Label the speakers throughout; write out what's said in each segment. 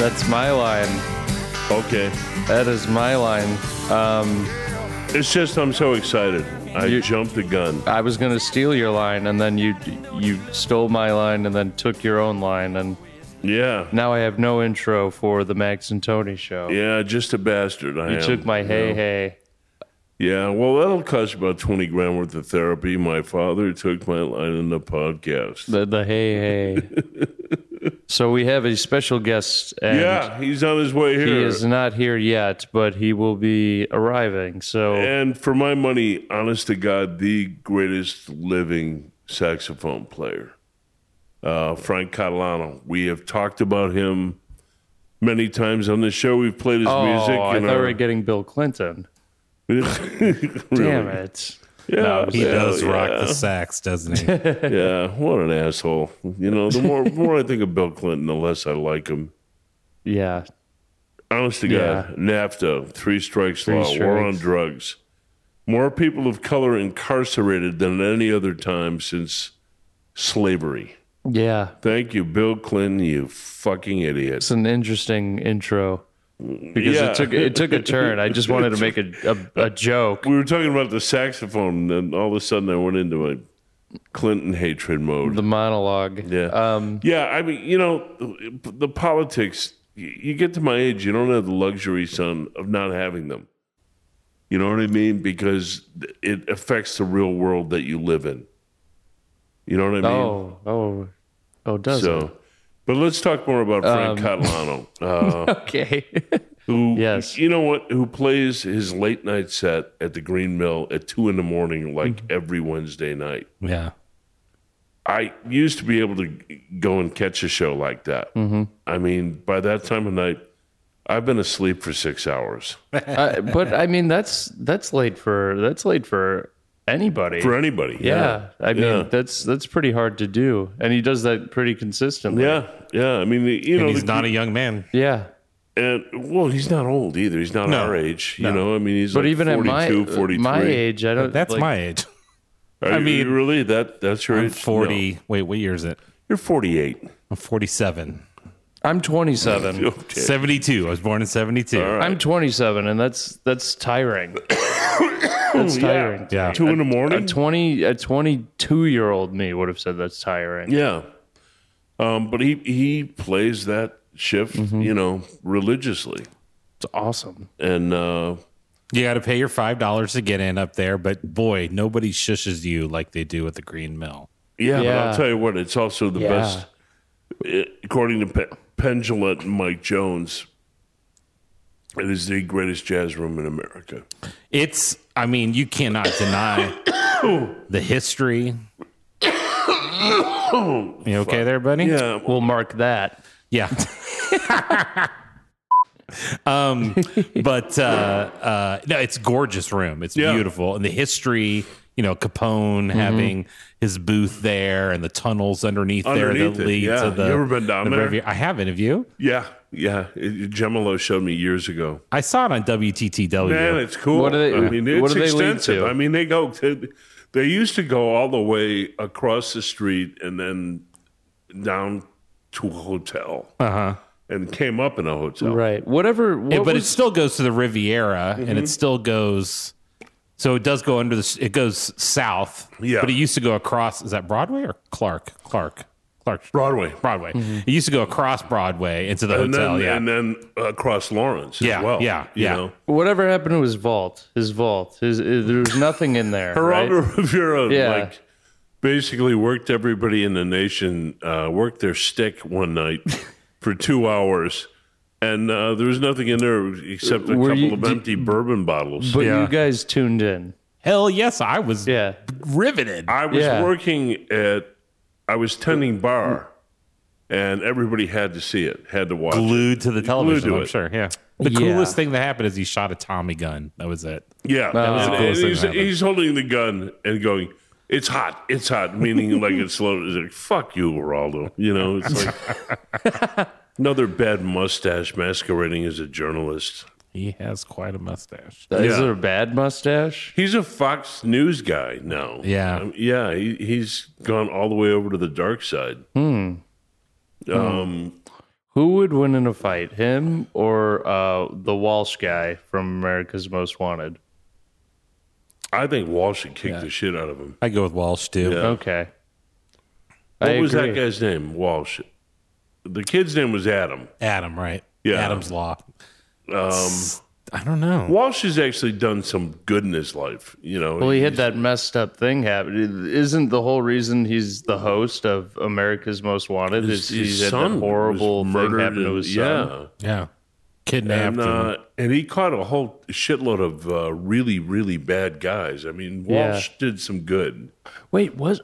Speaker 1: That's my line.
Speaker 2: Okay.
Speaker 1: That is my line. Um,
Speaker 2: It's just I'm so excited. I
Speaker 1: You-
Speaker 2: jumped the gun.
Speaker 1: I was gonna steal your line, and then you you stole my line, and then took your own line, and
Speaker 2: Yeah.
Speaker 1: now I have no intro for the Max and Tony show.
Speaker 2: Yeah, just a bastard. I
Speaker 1: you
Speaker 2: am,
Speaker 1: took my
Speaker 2: you
Speaker 1: hey
Speaker 2: know?
Speaker 1: hey.
Speaker 2: Yeah, well, that'll cost about 20 grand worth of therapy. My father took my line in the podcast.
Speaker 1: The, the hey hey. so we have a special guest, and
Speaker 2: yeah, he's on his way here.
Speaker 1: he is not here yet, but he will be arriving. So
Speaker 2: And for my money, honest to God, the greatest living saxophone player, uh, Frank Catalano. We have talked about him many times on the show. We've played his
Speaker 1: oh,
Speaker 2: music.
Speaker 1: I
Speaker 2: in
Speaker 1: thought we
Speaker 2: our-
Speaker 1: were getting Bill Clinton. Damn it.
Speaker 2: Yeah,
Speaker 3: He
Speaker 2: hell
Speaker 3: does rock
Speaker 2: yeah.
Speaker 3: the sax, doesn't he?
Speaker 2: Yeah, what an asshole. You know, the more, more I think of Bill Clinton, the less I like him.
Speaker 1: Yeah.
Speaker 2: Honest to God, NAFTA, three strikes law, war on
Speaker 1: strikes.
Speaker 2: drugs. More people of color incarcerated than at any other time since slavery.
Speaker 1: Yeah.
Speaker 2: Thank you, Bill Clinton, you fucking idiot.
Speaker 1: It's an interesting intro because
Speaker 2: Yeah.
Speaker 1: it took it took a turn. I just wanted to make a, a, a joke.
Speaker 2: We were talking about the saxophone, and all of a sudden I went into a Clinton hatred mode.
Speaker 1: The monologue.
Speaker 2: Yeah.
Speaker 1: Um,
Speaker 2: Yeah, I mean, you know, the politics, y- you get to my age, you don't have the luxury, son, of not having them. You know what I mean? Because it affects the real world that you live in. You know what I mean?
Speaker 1: oh, oh, oh, does it?
Speaker 2: so, but let's talk more about Frank Catalano, uh,
Speaker 1: Okay.
Speaker 2: who,
Speaker 1: Um, Yes.
Speaker 2: you know what, who plays his late night set at the Green Mill at two in the morning, like
Speaker 1: Mm-hmm.
Speaker 2: every Wednesday night.
Speaker 3: yeah.
Speaker 2: I used to be able to go and catch a show like that. Mm-hmm. I mean, by that time of night, I've been asleep for six hours
Speaker 1: I, Uh, but I mean, that's that's late for that's late for anybody.
Speaker 2: for anybody.
Speaker 1: yeah. I mean,
Speaker 2: Yeah.
Speaker 1: that's that's pretty hard to do, and he does that pretty consistently.
Speaker 2: yeah, yeah. I mean, you know,
Speaker 3: And he's
Speaker 2: the-
Speaker 3: not a young man.
Speaker 1: Yeah.
Speaker 2: and well, he's not old either. He's not
Speaker 3: No,
Speaker 2: our age. You
Speaker 3: no.
Speaker 2: know, I mean, he's
Speaker 1: But
Speaker 2: like
Speaker 1: even at my uh,
Speaker 2: 42, 43.
Speaker 1: my age, I don't.
Speaker 3: That's
Speaker 1: like,
Speaker 3: my age.
Speaker 2: Are
Speaker 3: I
Speaker 2: you
Speaker 3: mean,
Speaker 2: really that that's your
Speaker 3: I'm
Speaker 2: age? No.
Speaker 3: 40. Wait, what year is it?
Speaker 2: You're 48.
Speaker 3: I'm 47.
Speaker 1: I'm 27.
Speaker 2: Okay.
Speaker 3: 72. I was born in 72.
Speaker 1: I'm 27, and that's that's tiring. that's tiring.
Speaker 3: Yeah.
Speaker 2: Oh, Two in the morning.
Speaker 1: A 20 a 22 year old me would have said that's tiring.
Speaker 2: yeah. Um, but he he plays that shift, you know, religiously,
Speaker 1: It's awesome.
Speaker 2: and uh,
Speaker 3: You got to pay your $5 to get in up there, but boy, nobody shushes you like they do at the Green Mill.
Speaker 2: Yeah, but
Speaker 1: Yeah.
Speaker 2: I'll tell you what, it's also the
Speaker 1: Yeah.
Speaker 2: best, eh, according to Pe- Pendulum and Mike Jones. It is the greatest jazz room in America.
Speaker 3: It's, I mean, you cannot deny the history. you okay there, buddy?
Speaker 2: Yeah, well,
Speaker 1: We'll mark that.
Speaker 3: Yeah. um, but uh, uh, no, it's gorgeous room. It's
Speaker 2: Yeah. Mm-hmm.
Speaker 3: beautiful, and the history. You know, Capone having his booth there, and the tunnels underneath, there
Speaker 2: Underneath
Speaker 3: that
Speaker 2: it,
Speaker 3: lead
Speaker 2: yeah.
Speaker 3: to the.
Speaker 2: You ever been down
Speaker 3: the
Speaker 2: there?
Speaker 3: Riviera. I haven't. Have you?
Speaker 2: yeah, yeah. It, Gemolo showed me years ago.
Speaker 3: I saw it on WTTW.
Speaker 2: Man, it's cool.
Speaker 1: What do they-
Speaker 2: I mean, it's
Speaker 1: what do they lead
Speaker 2: extensive.
Speaker 1: to?
Speaker 2: I mean, they go to. They used to go all the way across the street and then down to a hotel
Speaker 3: uh
Speaker 1: Uh-huh.
Speaker 3: huh.
Speaker 2: and came up in a hotel.
Speaker 1: Right. Whatever. What
Speaker 3: but it
Speaker 1: was-
Speaker 3: still goes to the Riviera, and
Speaker 2: Mm-hmm.
Speaker 3: it still goes. So it does go under the. s- It goes south.
Speaker 2: Yeah.
Speaker 3: But it used to go across. Is that Broadway or Clark? Clark. Clark.
Speaker 2: Broadway.
Speaker 3: Broadway. It used to go across Broadway into the
Speaker 2: Mm-hmm. and
Speaker 3: hotel.
Speaker 2: then,
Speaker 3: yeah.
Speaker 2: and then across Lawrence
Speaker 3: Yeah,
Speaker 2: as well.
Speaker 3: yeah,
Speaker 2: you
Speaker 3: yeah.
Speaker 2: Know?
Speaker 1: whatever happened to his vault. His vault. His, his there was nothing in there. right?
Speaker 2: Geraldo Rivera
Speaker 1: Yeah.
Speaker 2: like basically worked everybody in the nation, uh, worked their stick one night for two hours, and uh, there was nothing in there except a
Speaker 1: Were
Speaker 2: couple
Speaker 1: you-
Speaker 2: of
Speaker 1: did-
Speaker 2: empty bourbon bottles.
Speaker 1: But
Speaker 3: Yeah.
Speaker 1: you guys tuned in.
Speaker 3: Hell yes, I was
Speaker 1: Yeah.
Speaker 3: riveted.
Speaker 2: I was
Speaker 1: yeah.
Speaker 2: working at, I was tending bar, and everybody had to see it, had to watch. it.
Speaker 3: glued to the television,
Speaker 2: to
Speaker 3: I'm
Speaker 2: it.
Speaker 3: sure. Yeah. The
Speaker 1: Yeah.
Speaker 3: coolest thing that happened is he shot a Tommy gun. That was it.
Speaker 2: Yeah, and,
Speaker 1: was the
Speaker 2: and
Speaker 3: coolest thing
Speaker 2: he's,
Speaker 3: that happened.
Speaker 2: he's holding the gun and going, "It's hot, it's hot," meaning like it's slow. It's like, "Fuck you, Geraldo." You know, it's like another bad mustache masquerading as a journalist.
Speaker 3: He has quite a mustache.
Speaker 1: Is
Speaker 2: Yeah.
Speaker 1: there a bad mustache?
Speaker 2: He's a Fox News guy now.
Speaker 3: Yeah.
Speaker 2: Um, yeah. He,
Speaker 3: Hmm.
Speaker 2: he's gone all the way over to the dark side. Um,
Speaker 1: Who would win in a fight, him or uh, the Walsh guy from America's Most Wanted?
Speaker 2: I think Walsh should kick the shit out of him.
Speaker 3: I go with Walsh too.
Speaker 2: Yeah.
Speaker 1: Okay.
Speaker 2: What
Speaker 1: I
Speaker 2: was that
Speaker 1: agree.
Speaker 2: guy's name? Walsh. The kid's name was Adam.
Speaker 3: Adam, right?
Speaker 2: Yeah.
Speaker 3: Adam's law. Um, I don't know.
Speaker 2: Walsh has actually done some good in his life. You know,
Speaker 1: Well, he had that messed up thing happen. Isn't the whole reason he's the host of America's Most Wanted is he's had that horrible
Speaker 2: was
Speaker 1: thing
Speaker 2: murdered
Speaker 1: happen to
Speaker 2: and-
Speaker 1: his son?
Speaker 2: Yeah,
Speaker 3: Yeah,
Speaker 2: and,
Speaker 3: kidnapped.
Speaker 2: uh, and he caught a whole shitload of uh, really, really bad guys. I mean,
Speaker 1: Yeah.
Speaker 2: Walsh did some good.
Speaker 1: Wait, was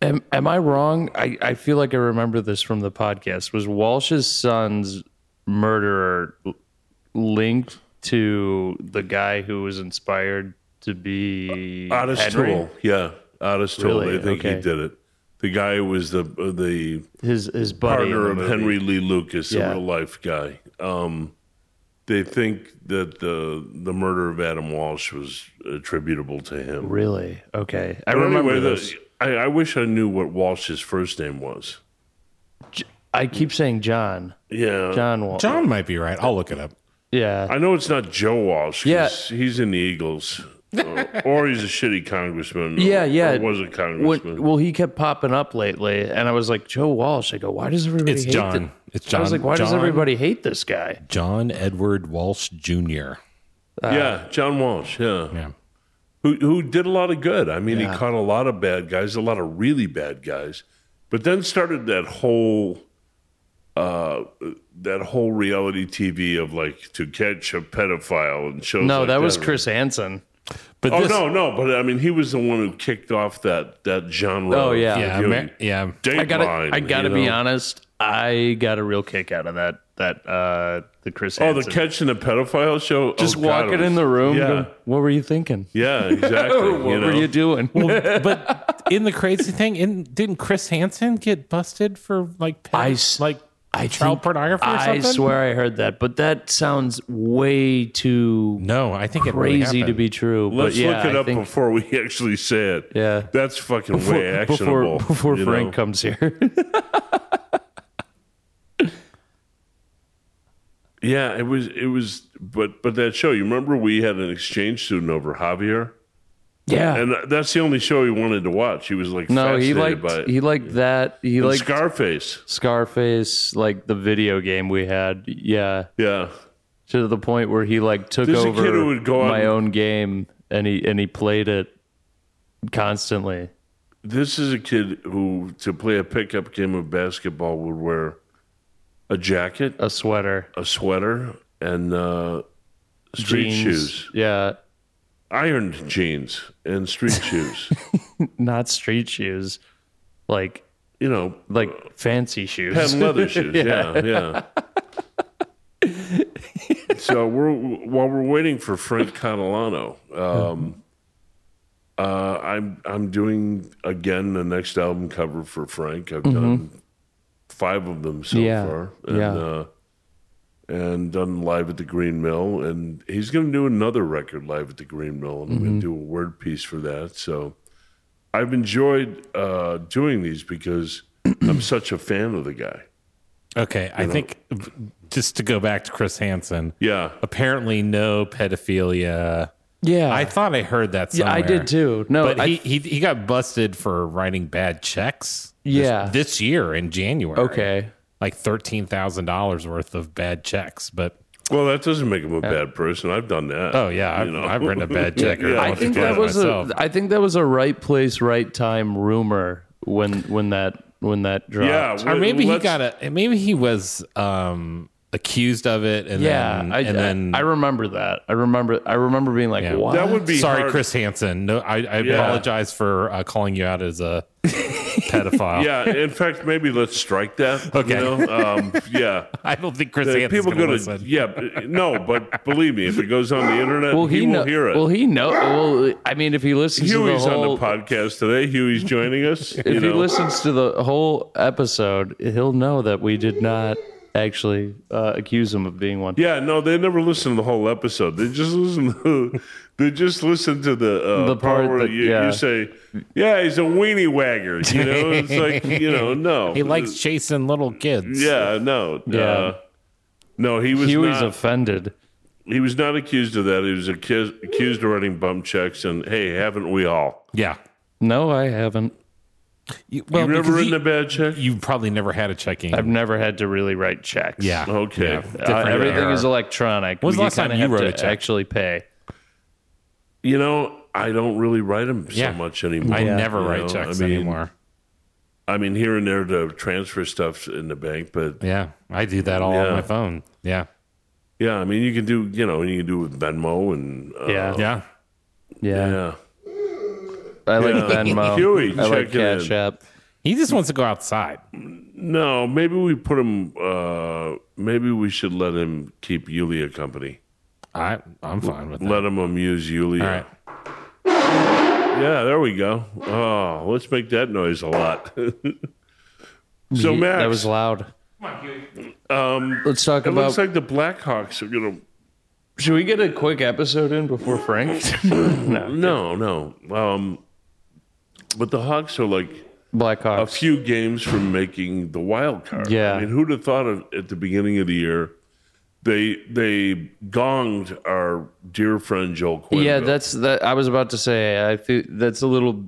Speaker 1: am am I wrong? I, I feel like I remember this from the podcast. Was Walsh's son's murderer l- linked to the guy who was inspired to be
Speaker 2: Otis
Speaker 1: Henry?
Speaker 2: Tool, yeah, Otis Tool.
Speaker 1: Really?
Speaker 2: They think
Speaker 1: Okay.
Speaker 2: he did it. The guy was the uh, the
Speaker 1: His his buddy in
Speaker 2: partner
Speaker 1: the
Speaker 2: of
Speaker 1: movie.
Speaker 2: Henry Lee Lucas,
Speaker 1: Yeah.
Speaker 2: a real life guy. Um, they think that the the murder of Adam Walsh was attributable to him.
Speaker 1: Really? Okay, I
Speaker 2: But
Speaker 1: remember
Speaker 2: anyway, the-
Speaker 1: this.
Speaker 2: I, I wish I knew what Walsh's first name was.
Speaker 1: J- I keep saying John,
Speaker 2: Yeah,
Speaker 1: John Walsh.
Speaker 3: John might be right. I'll look it up.
Speaker 1: Yeah,
Speaker 2: I know it's not Joe Walsh. 'cause
Speaker 1: Yeah.
Speaker 2: he's in the Eagles, or, or he's a shitty congressman. or-
Speaker 1: Yeah, yeah.
Speaker 2: or was a congressman.
Speaker 1: When- well, he kept popping up lately, and I was like Joe Walsh. I go, why does everybody?
Speaker 3: It's
Speaker 1: hate
Speaker 3: John.
Speaker 1: thi-
Speaker 3: It's John.
Speaker 1: I was like, why does
Speaker 3: John-
Speaker 1: everybody hate this guy?
Speaker 3: John Edward Walsh Jr.
Speaker 1: uh,
Speaker 2: yeah, John Walsh. Yeah.
Speaker 3: Yeah.
Speaker 2: who who did a lot of good. I mean,
Speaker 1: Yeah.
Speaker 2: he caught a lot of bad guys, a lot of really bad guys, but then started that whole uh that whole reality TV of like to catch a pedophile and shows.
Speaker 1: No,
Speaker 2: like
Speaker 1: that was Chris Hansen.
Speaker 3: But
Speaker 2: Oh
Speaker 3: this,
Speaker 2: no, no, but I mean, he was the one who kicked off that that genre.
Speaker 1: Oh, yeah.
Speaker 2: of
Speaker 3: Yeah,
Speaker 2: viewing.
Speaker 3: Amer- yeah.
Speaker 1: I gotta,
Speaker 2: Dateline,
Speaker 1: I gotta
Speaker 2: you
Speaker 1: be
Speaker 2: know?
Speaker 1: honest. I got a real kick out of that. That uh, the Chris.
Speaker 2: Oh, the
Speaker 1: Hansen.
Speaker 2: catching the pedophile show.
Speaker 1: Just
Speaker 2: Oh, God,
Speaker 1: walking
Speaker 2: it was-
Speaker 1: in the room.
Speaker 2: Yeah,
Speaker 1: going, what were you thinking?
Speaker 2: yeah, exactly.
Speaker 1: what
Speaker 2: you know?
Speaker 1: were you doing?
Speaker 3: but in the crazy thing, in, didn't Chris Hansen get busted for like ped-
Speaker 1: I s-
Speaker 3: like
Speaker 1: I
Speaker 3: child
Speaker 1: think-
Speaker 3: pornography or
Speaker 1: I
Speaker 3: something?
Speaker 1: swear I heard that, but that sounds way too
Speaker 3: No, I think it really
Speaker 1: crazy to
Speaker 3: happened.
Speaker 1: be true.
Speaker 2: Let's
Speaker 1: but yeah,
Speaker 2: look it
Speaker 1: I
Speaker 2: up
Speaker 1: think
Speaker 2: before we actually say it.
Speaker 1: Yeah.
Speaker 2: that's fucking way actionable.
Speaker 1: before, before
Speaker 2: you
Speaker 1: Frank
Speaker 2: know?
Speaker 1: comes here.
Speaker 2: Yeah, it was it was but but that show, you remember we had an exchange student over Javier?
Speaker 1: yeah.
Speaker 2: And that's the only show he wanted to watch. He was like
Speaker 1: no, he
Speaker 2: fascinated
Speaker 1: liked
Speaker 2: by it.
Speaker 1: he liked that. He
Speaker 2: And
Speaker 1: liked
Speaker 2: Scarface.
Speaker 1: Scarface, like the video game we had. Yeah.
Speaker 2: Yeah.
Speaker 1: to the point where he like took
Speaker 2: There's a
Speaker 1: over
Speaker 2: kid who would go out
Speaker 1: my
Speaker 2: and-
Speaker 1: own game and he and he played it constantly.
Speaker 2: This is a kid who to play a pickup game of basketball would wear a jacket,
Speaker 1: A sweater,
Speaker 2: a sweater, and uh street
Speaker 1: jeans,
Speaker 2: shoes.
Speaker 1: yeah,
Speaker 2: Ironed jeans and street shoes.
Speaker 1: not street shoes, like
Speaker 2: You know, Uh,
Speaker 1: like fancy shoes.
Speaker 2: patent leather shoes. yeah, yeah. so we're while we're waiting for Frank Catalano, um, uh, I'm I'm doing again the next album cover for Frank. I've
Speaker 3: Mm-hmm.
Speaker 2: done five of them so
Speaker 1: Yeah,
Speaker 2: far, and
Speaker 1: yeah.
Speaker 2: uh, and done live at the Green Mill, and he's going to do another record live at the Green Mill, and I'm
Speaker 3: Mm-hmm.
Speaker 2: going to do a word piece for that. So. I've enjoyed uh, doing these because I'm such a fan of the guy.
Speaker 3: Okay, I think just to go back to Chris Hansen,
Speaker 2: Yeah.
Speaker 3: apparently no pedophilia.
Speaker 1: yeah,
Speaker 3: I thought I heard that
Speaker 1: Ah. yeah,
Speaker 3: somewhere.
Speaker 1: I did too. No,
Speaker 3: But
Speaker 1: I-
Speaker 3: he, he he got busted for writing bad checks. this-
Speaker 1: Yeah.
Speaker 3: this, year in January.
Speaker 1: okay.
Speaker 3: like thirteen thousand dollars worth of bad checks. But
Speaker 2: Well, that doesn't make him a bad person. I've done that.
Speaker 3: oh yeah, I've,
Speaker 2: know.
Speaker 3: I've written a bad check.
Speaker 2: Yeah.
Speaker 3: or
Speaker 2: I
Speaker 1: I
Speaker 3: once or
Speaker 1: think that
Speaker 3: twice
Speaker 1: was
Speaker 3: myself.
Speaker 1: a I think that was a right place, right time rumor when when that when that dropped.
Speaker 2: yeah.
Speaker 3: or
Speaker 2: we-
Speaker 3: maybe he
Speaker 2: let's-
Speaker 3: got a maybe he was um accused of it and
Speaker 1: Yeah,
Speaker 3: then
Speaker 1: I,
Speaker 3: and then
Speaker 1: I, remember that. I remember. I remember being like,
Speaker 3: Yeah.
Speaker 1: "What?"
Speaker 2: That would be
Speaker 3: sorry
Speaker 2: hard.
Speaker 3: chris hansen no i, I
Speaker 2: Yeah.
Speaker 3: apologize for uh, calling you out as a pedophile
Speaker 2: Yeah. In fact, maybe let's strike that.
Speaker 3: Okay.
Speaker 2: You know? um, yeah.
Speaker 3: i don't think chris
Speaker 2: If
Speaker 3: hansen's
Speaker 2: people go
Speaker 3: gonna
Speaker 2: to
Speaker 3: listen.
Speaker 2: yeah. b- No, but believe me, if it goes on the internet,
Speaker 1: Well,
Speaker 2: he,
Speaker 1: he,
Speaker 2: will
Speaker 1: know,
Speaker 2: hear it.
Speaker 1: Well, he know. Well, I mean, if he listens
Speaker 2: Huey's
Speaker 1: to the whole,
Speaker 2: on the podcast today. Huey's joining us.
Speaker 1: if
Speaker 2: you
Speaker 1: he
Speaker 2: know.
Speaker 1: listens to the whole episode, he'll know that we did not actually uh, accuse him of being one.
Speaker 2: Yeah, no, they never listen to the whole episode. They just listen to they just listen to the uh,
Speaker 1: The part
Speaker 2: where
Speaker 1: that-
Speaker 2: you,
Speaker 1: yeah.
Speaker 2: you say, "Yeah, he's a weenie wagger." You know, it's like you know, no,
Speaker 3: He likes chasing little kids.
Speaker 2: Yeah, no,
Speaker 1: Yeah.
Speaker 2: uh, no, he was
Speaker 1: Huey's
Speaker 2: not.
Speaker 1: offended.
Speaker 2: he was not accused of that. He was accused, accused of running bum checks, and hey, haven't we all?
Speaker 3: Yeah.
Speaker 1: No, I haven't.
Speaker 3: You, well,
Speaker 2: You've never
Speaker 3: because
Speaker 2: written
Speaker 3: you,
Speaker 2: a bad check.
Speaker 3: you've probably never had a checking.
Speaker 1: I've never had to really write checks.
Speaker 3: yeah.
Speaker 2: Okay.
Speaker 3: Yeah.
Speaker 1: Uh,
Speaker 3: Different
Speaker 1: everything
Speaker 3: era.
Speaker 1: is electronic.
Speaker 3: When's the
Speaker 1: You
Speaker 3: last time
Speaker 1: kinda
Speaker 3: you
Speaker 1: have
Speaker 3: wrote
Speaker 1: to
Speaker 3: a check?
Speaker 1: Actually, pay.
Speaker 2: You know, I don't really write them so
Speaker 3: Yeah.
Speaker 2: much anymore.
Speaker 3: I never
Speaker 2: you
Speaker 3: write
Speaker 2: know?
Speaker 3: checks
Speaker 2: I mean,
Speaker 3: anymore.
Speaker 2: I mean, here and there to transfer stuff in the bank, but
Speaker 3: Yeah. I do that all
Speaker 2: Yeah.
Speaker 3: on my phone. Yeah.
Speaker 2: yeah, I mean, you can do, you know, you can do with Venmo and
Speaker 3: Oh.
Speaker 2: uh,
Speaker 1: Yeah.
Speaker 3: Yeah.
Speaker 1: Yeah,
Speaker 2: yeah.
Speaker 1: I like
Speaker 2: Yeah.
Speaker 1: Venmo.
Speaker 2: Huey,
Speaker 1: I like
Speaker 2: check it in.
Speaker 1: Cash App.
Speaker 3: He just wants to go outside.
Speaker 2: No, maybe we put him. Uh, maybe we should let him keep Yulia company.
Speaker 3: I I'm fine with that.
Speaker 2: Let him amuse Yulia.
Speaker 3: All right.
Speaker 2: Yeah, there we go. Oh, let's make that noise a lot. so
Speaker 1: Ye-
Speaker 2: Max,
Speaker 1: that was loud.
Speaker 2: um,
Speaker 1: Let's talk
Speaker 2: it
Speaker 1: about.
Speaker 2: looks like the Blackhawks are gonna.
Speaker 1: should we get a quick episode in before Frank? no,
Speaker 2: No, no. Um, but the Hawks are like a
Speaker 1: Blackhawks.
Speaker 2: few games from making the wild card.
Speaker 1: Yeah.
Speaker 2: I mean, who'd have thought of at the beginning of the year? They they gonged our dear friend Joel Quinn.
Speaker 1: yeah, that's that. I was about to say. I think that's a little.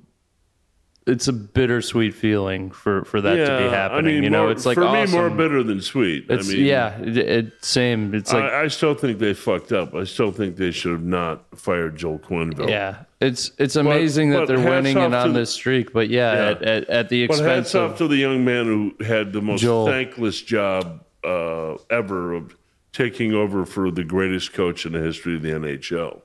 Speaker 1: It's a bittersweet feeling for for that to be happening.
Speaker 2: I mean,
Speaker 1: you know,
Speaker 2: more-
Speaker 1: it's like
Speaker 2: for
Speaker 1: awesome.
Speaker 2: me more bitter than sweet.
Speaker 1: it's
Speaker 2: I mean,
Speaker 1: yeah, it, it, same. It's like
Speaker 2: I, I still think they fucked up. I still think they should have not fired Joel Quinville.
Speaker 1: yeah, it's it's amazing
Speaker 2: but
Speaker 1: that they're
Speaker 2: hats
Speaker 1: winning and
Speaker 2: off to
Speaker 1: on
Speaker 2: the-
Speaker 1: this streak. But yeah,
Speaker 2: Yeah.
Speaker 1: At, at at the
Speaker 2: But hats
Speaker 1: expense
Speaker 2: off
Speaker 1: of
Speaker 2: to the young man who had the most
Speaker 1: Joel.
Speaker 2: thankless job uh, ever of taking over for the greatest coach in the history of the NHL,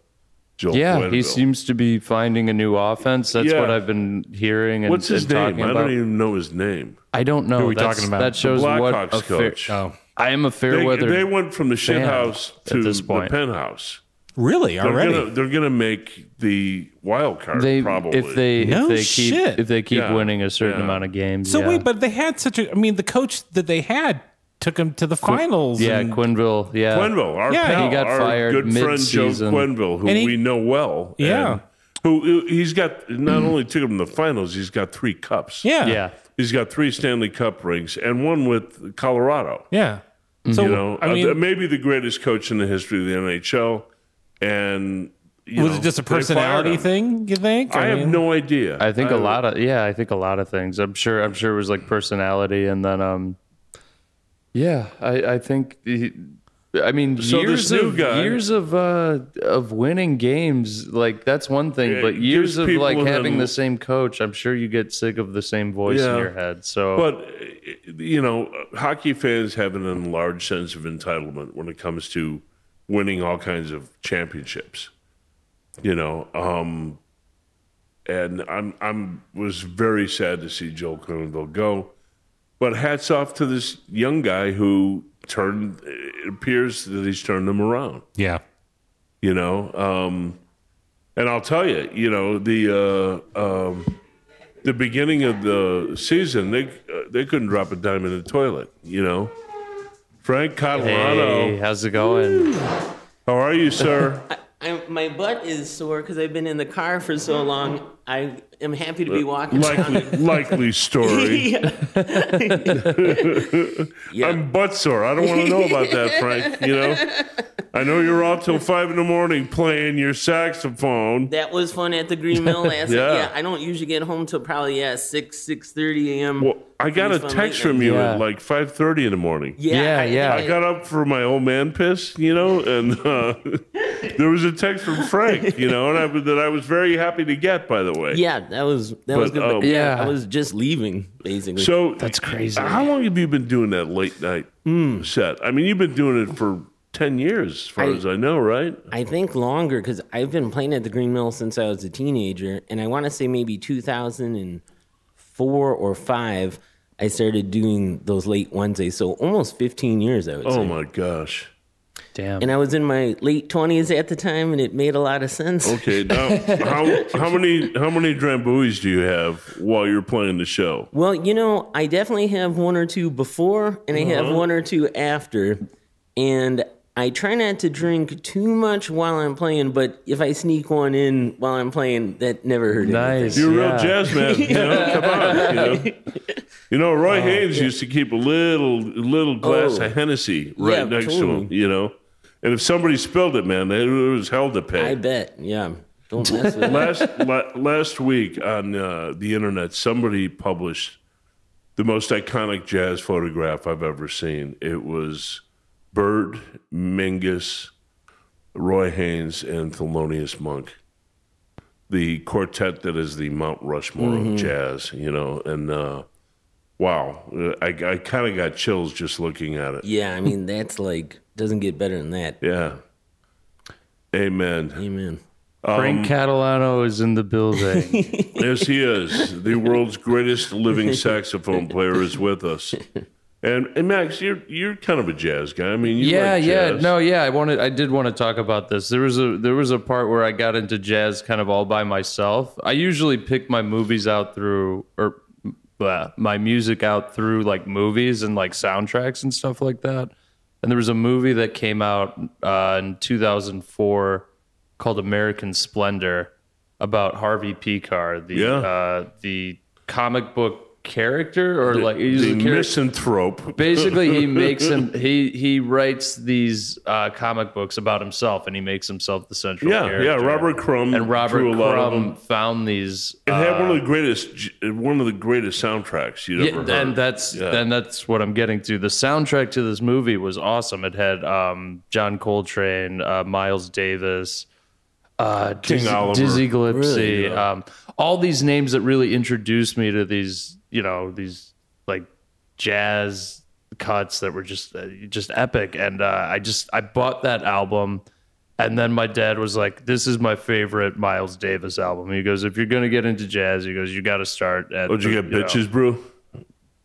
Speaker 2: Joel
Speaker 1: yeah, he
Speaker 2: Quenneville.
Speaker 1: seems to be finding a new offense. That's
Speaker 2: Yeah.
Speaker 1: what I've been hearing and,
Speaker 2: What's his
Speaker 1: and talking
Speaker 2: name? I
Speaker 1: about.
Speaker 2: don't even know his name.
Speaker 1: I don't know.
Speaker 3: Who are we
Speaker 1: That's-
Speaker 3: talking about?
Speaker 1: That shows what a
Speaker 2: Blackhawks
Speaker 1: fair-
Speaker 2: coach.
Speaker 3: Oh.
Speaker 1: I am a fair
Speaker 2: They,
Speaker 1: weather.
Speaker 2: they went from the shit
Speaker 1: fan
Speaker 2: house
Speaker 1: at
Speaker 2: to
Speaker 1: this
Speaker 2: the
Speaker 1: point.
Speaker 2: penthouse.
Speaker 3: Really?
Speaker 2: They're
Speaker 3: Already?
Speaker 2: gonna they're gonna make the wild card
Speaker 1: they
Speaker 2: probably.
Speaker 1: if they
Speaker 3: No
Speaker 1: if they keep
Speaker 3: shit.
Speaker 1: if they keep
Speaker 2: Yeah.
Speaker 1: winning a certain
Speaker 2: Yeah.
Speaker 1: amount of games.
Speaker 3: So
Speaker 1: yeah.
Speaker 3: wait, but they had such a I mean the coach that they had took him to the finals.
Speaker 1: yeah,
Speaker 3: and-
Speaker 1: Quinville. Yeah,
Speaker 2: Quenville, our
Speaker 3: Yeah, he
Speaker 2: pal,
Speaker 1: got
Speaker 2: our
Speaker 1: fired
Speaker 2: good friend Joe
Speaker 1: mid-season.
Speaker 2: Quenville, who
Speaker 3: And he-
Speaker 2: we know well.
Speaker 3: Yeah.
Speaker 2: and who he's got not only took him to the finals, he's got three cups.
Speaker 3: yeah.
Speaker 1: yeah.
Speaker 2: he's got three Stanley Cup rings and one with Colorado.
Speaker 3: Yeah. So
Speaker 2: You know,
Speaker 3: I mean
Speaker 2: uh, maybe the greatest coach in the history of the NHL. And you
Speaker 3: was
Speaker 2: know,
Speaker 3: it just a
Speaker 2: they fired
Speaker 3: personality
Speaker 2: him.
Speaker 3: thing, you think?
Speaker 2: I have
Speaker 3: mean-
Speaker 2: no idea.
Speaker 1: I think a lot of yeah, I think a lot of things. I'm sure I'm sure it was like personality and then um yeah, I I think he, I mean
Speaker 2: So this
Speaker 1: years
Speaker 2: new
Speaker 1: of
Speaker 2: guy-
Speaker 1: years of uh of winning games like that's one thing,
Speaker 2: Yeah,
Speaker 1: but
Speaker 2: it
Speaker 1: years
Speaker 2: gives
Speaker 1: of
Speaker 2: people
Speaker 1: like
Speaker 2: an-
Speaker 1: having the same coach, I'm sure you get sick of the same voice
Speaker 2: Yeah.
Speaker 1: in your head. So
Speaker 2: But uh, you know, hockey fans have an enlarged sense of entitlement when it comes to winning all kinds of championships. You know, um, and I'm I'm was very sad to see Joel Quenneville go, but hats off to this young guy who turned. eh, It appears that he's turned them around
Speaker 3: Yeah.
Speaker 2: you know um and i'll tell you you know the uh um the beginning of the season they uh, they couldn't drop a dime in the toilet you know frank catalano
Speaker 1: hey, how's it going?
Speaker 2: how are you sir
Speaker 4: I, my butt is sore because I've been in the car for so long. I am happy to
Speaker 2: Uh,
Speaker 4: be walking.
Speaker 2: likely
Speaker 4: around.
Speaker 2: likely story
Speaker 4: Yeah.
Speaker 2: i'm butt sore i don't want to know about that frank you know i know you're out till five in the morning playing your saxophone
Speaker 4: that was fun at the Green Mill last
Speaker 2: Yeah.
Speaker 4: night. Yeah, I don't usually get home till probably yeah six six thirty a.m.
Speaker 2: well, i got a
Speaker 4: Please don't
Speaker 2: text
Speaker 4: make me-
Speaker 2: from you
Speaker 1: Yeah.
Speaker 2: at like 5.30 in the morning
Speaker 1: Yeah, yeah.
Speaker 2: I got up for my old man piss, you know, and uh, there was a text from Frank, you know, and I, was- that I was very happy to get, by the way.
Speaker 4: yeah, that was that was good.
Speaker 2: um,
Speaker 4: but yeah,
Speaker 1: Yeah.
Speaker 4: I was just leaving basically.
Speaker 2: So
Speaker 1: That's crazy.
Speaker 2: How long have you been doing that late night set? I mean, you've been doing it for ten years, as far
Speaker 4: I-
Speaker 2: as I know, right?
Speaker 4: I think longer because I've been playing at the Green Mill since I was a teenager, and I want to say maybe 2004 or five. I started doing those late Wednesdays, so almost 15 years. I would
Speaker 2: Oh
Speaker 4: say.
Speaker 2: my gosh!
Speaker 1: Damn.
Speaker 4: And I was in my late twenties at the time, and it made a lot of sense.
Speaker 2: Okay, now how how many how many drambuis do you have while you're playing the show?
Speaker 4: Well, you know, I definitely have one or two before, and I have one or two after, and I try not to drink too much while I'm playing. But if I sneak one in while I'm playing, that never hurt. anything.
Speaker 1: nice.
Speaker 2: You're a
Speaker 1: yeah.
Speaker 2: real jazz man. You know, come on. You know, you know Roy Haynes used to keep a little little glass
Speaker 4: Oh.
Speaker 2: of Hennessy right
Speaker 4: Yeah,
Speaker 2: next to
Speaker 4: totally.
Speaker 2: him. You know, and if somebody spilled it, man, it was hell to pay.
Speaker 4: I bet. Yeah. Don't mess with.
Speaker 2: last la- last week on uh, the internet, somebody published the most iconic jazz photograph I've ever seen. It was Bird, Mingus, Roy Haynes, and Thelonious Monk, the quartet that is the Mount Rushmore of jazz. You know, and uh, wow, I, I kind of got chills just looking at it.
Speaker 4: Yeah, I mean that's like doesn't get better than that.
Speaker 2: Yeah. Amen.
Speaker 4: Amen.
Speaker 2: Um,
Speaker 1: Frank Catalano is in the building.
Speaker 2: Yes, he is. The world's greatest living saxophone player is with us. And, and Max, you're you're kind of a jazz guy. I mean, you
Speaker 1: yeah,
Speaker 2: like
Speaker 1: yeah,
Speaker 2: jazz.
Speaker 1: no, yeah. I wanted, I did want to talk about this. There was a there was a part where I got into jazz kind of all by myself. I usually pick my movies out through or blah, my music out through like movies and like soundtracks and stuff like that. And there was a movie that came out uh, in 2004 called American Splendor about Harvey Pekar, the
Speaker 2: Yeah.
Speaker 1: uh, the comic book character or like he's
Speaker 2: the
Speaker 1: a character
Speaker 2: misanthrope. uh,
Speaker 1: basically he makes him he he writes these uh, comic books about himself and he makes himself the central
Speaker 2: Yeah,
Speaker 1: character.
Speaker 2: yeah. Robert Crumb
Speaker 1: and Robert
Speaker 2: drew a lot of
Speaker 1: Crumb
Speaker 2: them.
Speaker 1: found these
Speaker 2: It had one of the greatest, j- one of the greatest soundtracks you'd ever
Speaker 1: yeah,
Speaker 2: heard.
Speaker 1: and that's and that's what I'm getting to. The soundtrack to this movie was awesome. It had um, John Coltrane, uh, Miles Davis, uh, King
Speaker 2: Oliver.
Speaker 1: Dizzy Gillespie,
Speaker 4: Really,
Speaker 1: um, all these names that really introduced me to these, you know, these like jazz cuts that were just uh, just epic. And uh, I just I bought that album. And then my dad was like, "This is my favorite Miles Davis album." He goes, "If you're gonna get into jazz, he goes, you got to start at."
Speaker 2: What'd you
Speaker 1: the-
Speaker 2: get,
Speaker 1: know."
Speaker 2: bitches, brew?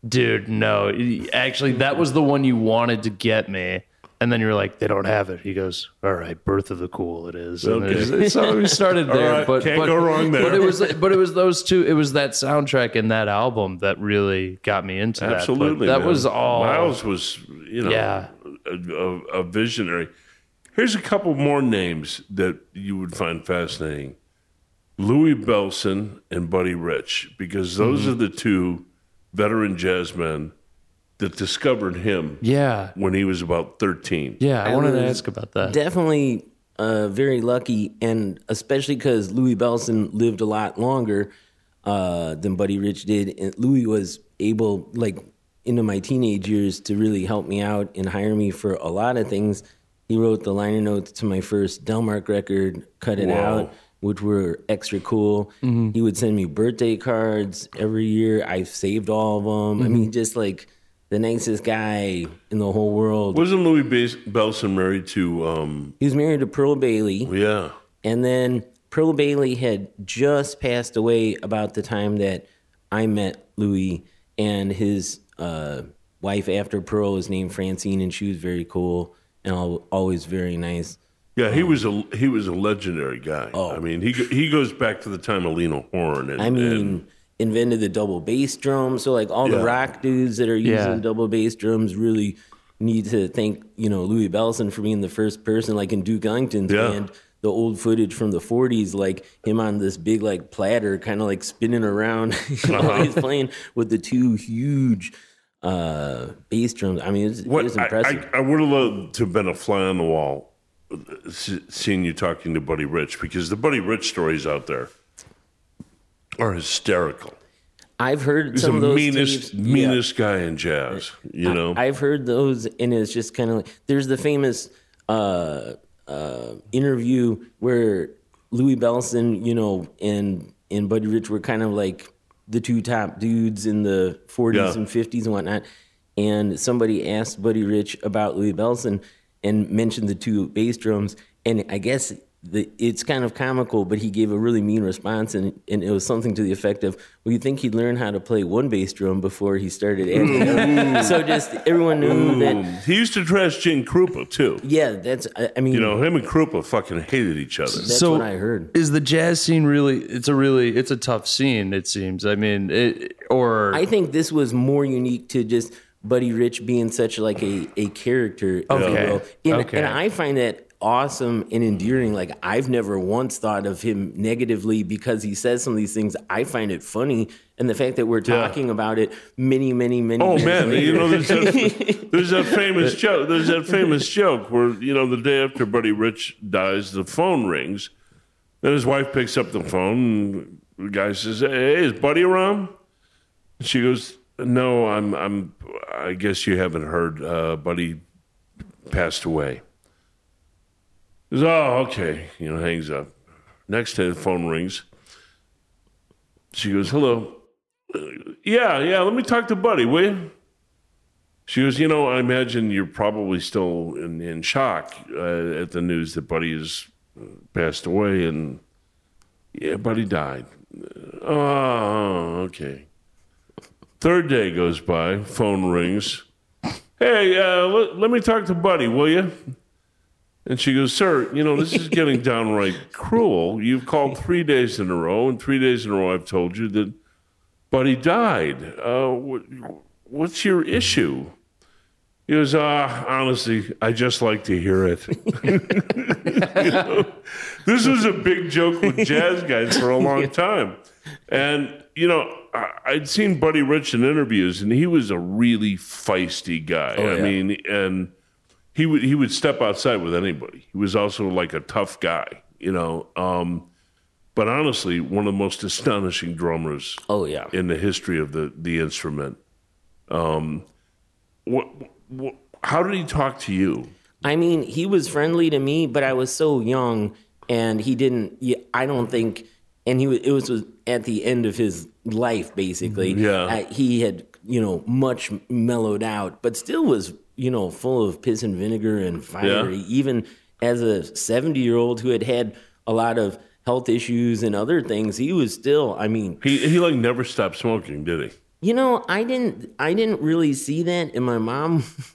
Speaker 1: Dude, no. Actually, that was the one you wanted to get me. And then you were like, they don't have it. He goes, all right, Birth of the Cool it is. And
Speaker 2: Okay.
Speaker 1: it's- so we started there.
Speaker 2: right,
Speaker 1: but,
Speaker 2: can't
Speaker 1: but,
Speaker 2: go wrong there.
Speaker 1: But it, was, but it was those two. It was that soundtrack and that album that really got me into that. But
Speaker 2: Absolutely,
Speaker 1: That,
Speaker 2: man.
Speaker 1: was all.
Speaker 2: Miles was, you know,
Speaker 1: Yeah.
Speaker 2: a, a, a visionary. Here's a couple more names that you would find fascinating: Louis Belson and Buddy Rich, because those
Speaker 1: Mm-hmm.
Speaker 2: are the two veteran jazz men that discovered him
Speaker 1: Yeah.
Speaker 2: when he was about 13.
Speaker 1: Yeah. I,
Speaker 4: I
Speaker 1: wanted to
Speaker 4: was
Speaker 1: ask about that.
Speaker 4: Definitely uh, very lucky, and especially because Louis Belson lived a lot longer uh, than Buddy Rich did. And Louis was able, like, into my teenage years to really help me out and hire me for a lot of things. He wrote the liner notes to my first Delmark record, Cut It
Speaker 2: Whoa.
Speaker 4: Out, which were extra cool. He would send me birthday cards every year. I saved all of them. I mean, just like the nicest guy in the whole world.
Speaker 2: Wasn't Louis Bas- Belson married to? Um,
Speaker 4: He was married to Pearl Bailey,
Speaker 2: yeah,
Speaker 4: and then Pearl Bailey had just passed away about the time that I met Louis, and his uh, wife after Pearl was named Francine, and she was very cool and al- always very nice.
Speaker 2: yeah.
Speaker 1: Oh.
Speaker 2: He was a he was a legendary guy. I mean, he go- he goes back to the time of Lena Horne. And,
Speaker 4: I mean, invented the double bass drum, so like all
Speaker 2: Yeah.
Speaker 4: the rock dudes that are using
Speaker 1: Yeah.
Speaker 4: double bass drums really need to thank you know Louis Bellson for being the first person, like in Duke Ellington's
Speaker 2: Yeah.
Speaker 4: band. The old footage from the '40s, like him on this big like platter, kind of like spinning around
Speaker 2: Uh-huh.
Speaker 4: while he's playing with the two huge uh, bass drums. I mean, it was, it was
Speaker 2: I-
Speaker 4: impressive.
Speaker 2: I, I would have loved to have been a fly on the wall, s- seeing you talking to Buddy Rich because the Buddy Rich stories out there are hysterical.
Speaker 4: I, have heard
Speaker 2: He's
Speaker 4: some
Speaker 2: the
Speaker 4: of those
Speaker 2: meanest,
Speaker 4: tapes. Yeah.
Speaker 2: meanest guy in jazz. You know,
Speaker 4: I've heard those, and it's just kind of like there's the famous uh, uh, interview where Louis Bellson, you know, and and Buddy Rich were kind of like the two top dudes in the 40s
Speaker 2: Yeah.
Speaker 4: and 50s and whatnot. And somebody asked Buddy Rich about Louis Bellson and mentioned the two bass drums, and I guess the, it's kind of comical, but he gave a really mean response, and, and it was something to the effect of, "Well, you think he'd learn how to play one bass drum before he started?" adding-" so just everyone knew that.
Speaker 2: He used to trash Gene Krupa too.
Speaker 4: Yeah, that's. I, I mean,
Speaker 2: You know, him and Krupa fucking hated each other.
Speaker 4: that's what I heard.
Speaker 1: Is the jazz scene really? It's a really, it's a tough scene. It seems. I mean, it, or
Speaker 4: I think this was more unique to just Buddy Rich being such like a, a character, if
Speaker 1: Okay.
Speaker 4: you will. And,
Speaker 1: Okay.
Speaker 4: and I find that awesome and endearing. Like I've never once thought of him negatively because he says some of these things. I find it funny, and the fact that we're talking about it many, many, many.
Speaker 2: Oh
Speaker 4: years
Speaker 2: man,
Speaker 4: later.
Speaker 2: you know there's that, there's that famous joke. There's that famous joke where you know the day after Buddy Rich dies, the phone rings, and his wife picks up the phone. And the guy says, "Hey, is Buddy around?" And she goes, "No, I'm. I'm. I guess you haven't heard. Uh, Buddy passed away." He says, "Oh, okay." You know, hangs up. Next day, the phone rings. She goes, "Hello." Yeah, yeah. Let me talk to Buddy, will you? She goes, you know, I imagine you're probably still in, in shock uh, at the news that Buddy has uh, passed away, and yeah, Buddy died. Uh, Oh, okay. Third day goes by. Phone rings. Hey, uh, let, let me talk to Buddy, will you? And she goes, Sir, you know, this is getting downright cruel. You've called three days in a row, and three days in a row I've told you that Buddy died. Uh, wh- what's your issue? He goes, ah, honestly, I just like to hear it. You know? This was a big joke with jazz guys for a long time. And, you know, I, I'd seen Buddy Rich in interviews, and he was a really feisty guy. I
Speaker 4: yeah.
Speaker 2: mean, and he would he would step outside with anybody. He was also like a tough guy, you know. Um, but honestly, one of the most astonishing drummers
Speaker 4: Oh yeah.
Speaker 2: in the history of the the instrument. Um, what, what, how did he talk to you?
Speaker 4: I mean, he was friendly to me, but I was so young, and he didn't. yeah, I don't think, and he was, it was, was at the end of his life, basically.
Speaker 2: Yeah.
Speaker 4: I, he had you know much mellowed out, but still was you know full of piss and vinegar and fiery.
Speaker 2: Yeah.
Speaker 4: Even as a seventy-year-old who had had a lot of health issues and other things, he was still. I mean,
Speaker 2: He he like never stopped smoking, did he?
Speaker 4: you know, I didn't I didn't really see that, and my mom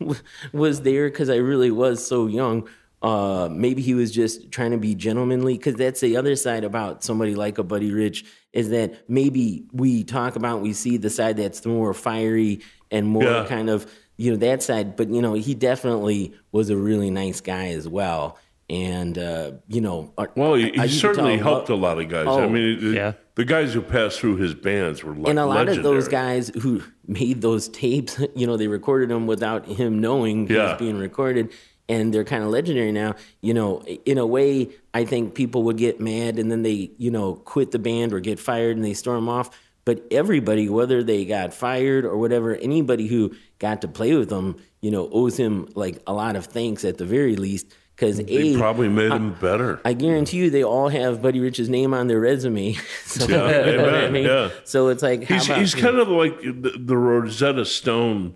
Speaker 4: was there because I really was so young. Uh, maybe he was just trying to be gentlemanly because that's the other side about somebody like a Buddy Rich is that maybe we talk about we see the side that's more fiery and more
Speaker 2: Yeah.
Speaker 4: kind of you know that side, but you know he definitely was a really nice guy as well, and uh, you know uh,
Speaker 2: Well, he,
Speaker 4: I- I
Speaker 2: he
Speaker 4: could
Speaker 2: certainly
Speaker 4: tell-
Speaker 2: helped a lot of guys. I
Speaker 4: Oh.
Speaker 2: mean, the-
Speaker 1: Yeah.
Speaker 2: the guys who passed through his bands were like
Speaker 4: and a lot
Speaker 2: legendary.
Speaker 4: of those guys who made those tapes, you know, they recorded them without him knowing he
Speaker 2: Yeah.
Speaker 4: was being recorded, and they're kind of legendary now. You know, in a way, I think people would get mad and then they, you know, quit the band or get fired and they storm off. But everybody, whether they got fired or whatever, anybody who got to play with them, you know, owes him like a lot of thanks at the very least. Because
Speaker 2: He
Speaker 4: a,
Speaker 2: probably made him better.
Speaker 4: I guarantee you, they all have Buddy Rich's name on their resume. so,
Speaker 2: Yeah,
Speaker 4: you know what I
Speaker 2: amen,
Speaker 4: mean?
Speaker 2: yeah.
Speaker 4: So it's like, how
Speaker 2: he's
Speaker 4: about,
Speaker 2: he's kind of like the, the Rosetta Stone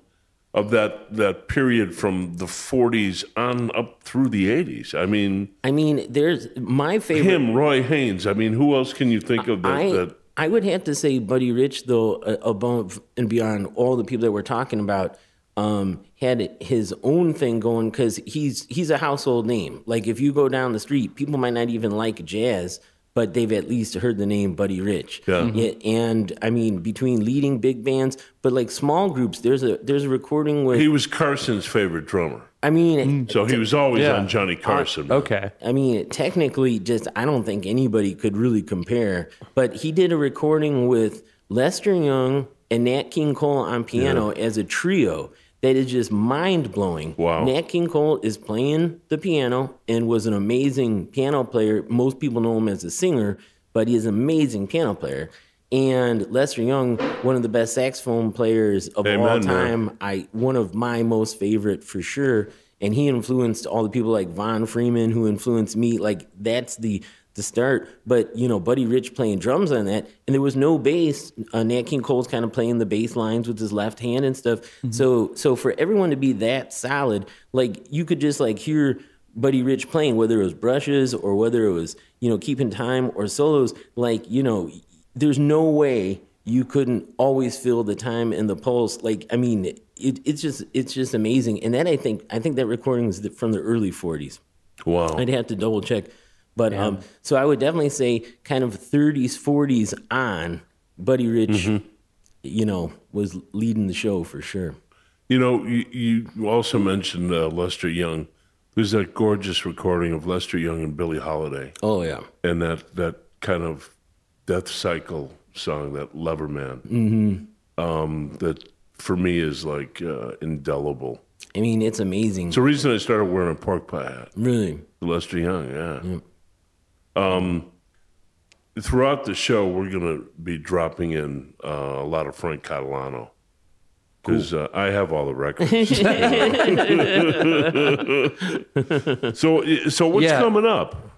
Speaker 2: of that that period from the 40s on up through the 80s. I mean,
Speaker 4: I mean, there's my favorite.
Speaker 2: him, Roy Haynes. I mean, who else can you think of that?
Speaker 4: I
Speaker 2: that
Speaker 4: I would have to say Buddy Rich though, a- above and beyond all the people that we're talking about, um, had his own thing going because he's he's a household name. Like if you go down the street, people might not even like jazz, but they've at least heard the name Buddy Rich.
Speaker 2: Yeah. Mm-hmm.
Speaker 4: Yeah, and I mean between leading big bands, but like small groups, there's a there's a recording with.
Speaker 2: he was Carson's favorite drummer.
Speaker 4: I mean,
Speaker 2: So he was always
Speaker 1: Yeah. Oh,
Speaker 2: on Johnny Carson.
Speaker 1: okay,
Speaker 4: I mean, technically, just I don't think anybody could really compare. But he did a recording with Lester Young and Nat King Cole on piano as a trio that is just mind blowing.
Speaker 2: Wow.
Speaker 4: Nat King Cole is playing the piano and was an amazing piano player. Most people know him as a singer, but he is an amazing piano player. And Lester Young, one of the best saxophone players of all
Speaker 2: Amen, man.
Speaker 4: time time, I one of my most favorite for sure. And he influenced all the people like Von Freeman, who influenced me. Like that's the the start. But you know, Buddy Rich playing drums on that, and there was no bass. Uh, Nat King Cole's kind of playing the bass lines with his left hand and stuff. So so for everyone to be that solid, like you could just like hear Buddy Rich playing, whether it was brushes or whether it was, you know, keeping time or solos, like, you know, there's no way you couldn't always feel the time and the pulse. Like, I mean, it, it's just it's just amazing. And that I think I think that recording is from the early 40s.
Speaker 2: Wow.
Speaker 4: I'd have to double check. But um, so I would definitely say kind of 30s, 40s on, Buddy Rich, you know, was leading the show for sure.
Speaker 2: You know, you, you also mentioned uh, Lester Young. There's that gorgeous recording of Lester Young and Billie Holiday,
Speaker 4: Oh, yeah.
Speaker 2: and that that kind of death cycle song, that Lover Man,
Speaker 1: Mm-hmm.
Speaker 2: um, that for me is like uh, indelible.
Speaker 4: I mean, it's amazing.
Speaker 2: It's the reason I started wearing a pork pie hat.
Speaker 4: really.
Speaker 2: Lester Young, yeah. Um, throughout the show, we're going to be dropping in uh, a lot of Frank Catalano because uh, I have all the records. so, so what's
Speaker 1: Yeah.
Speaker 2: coming up?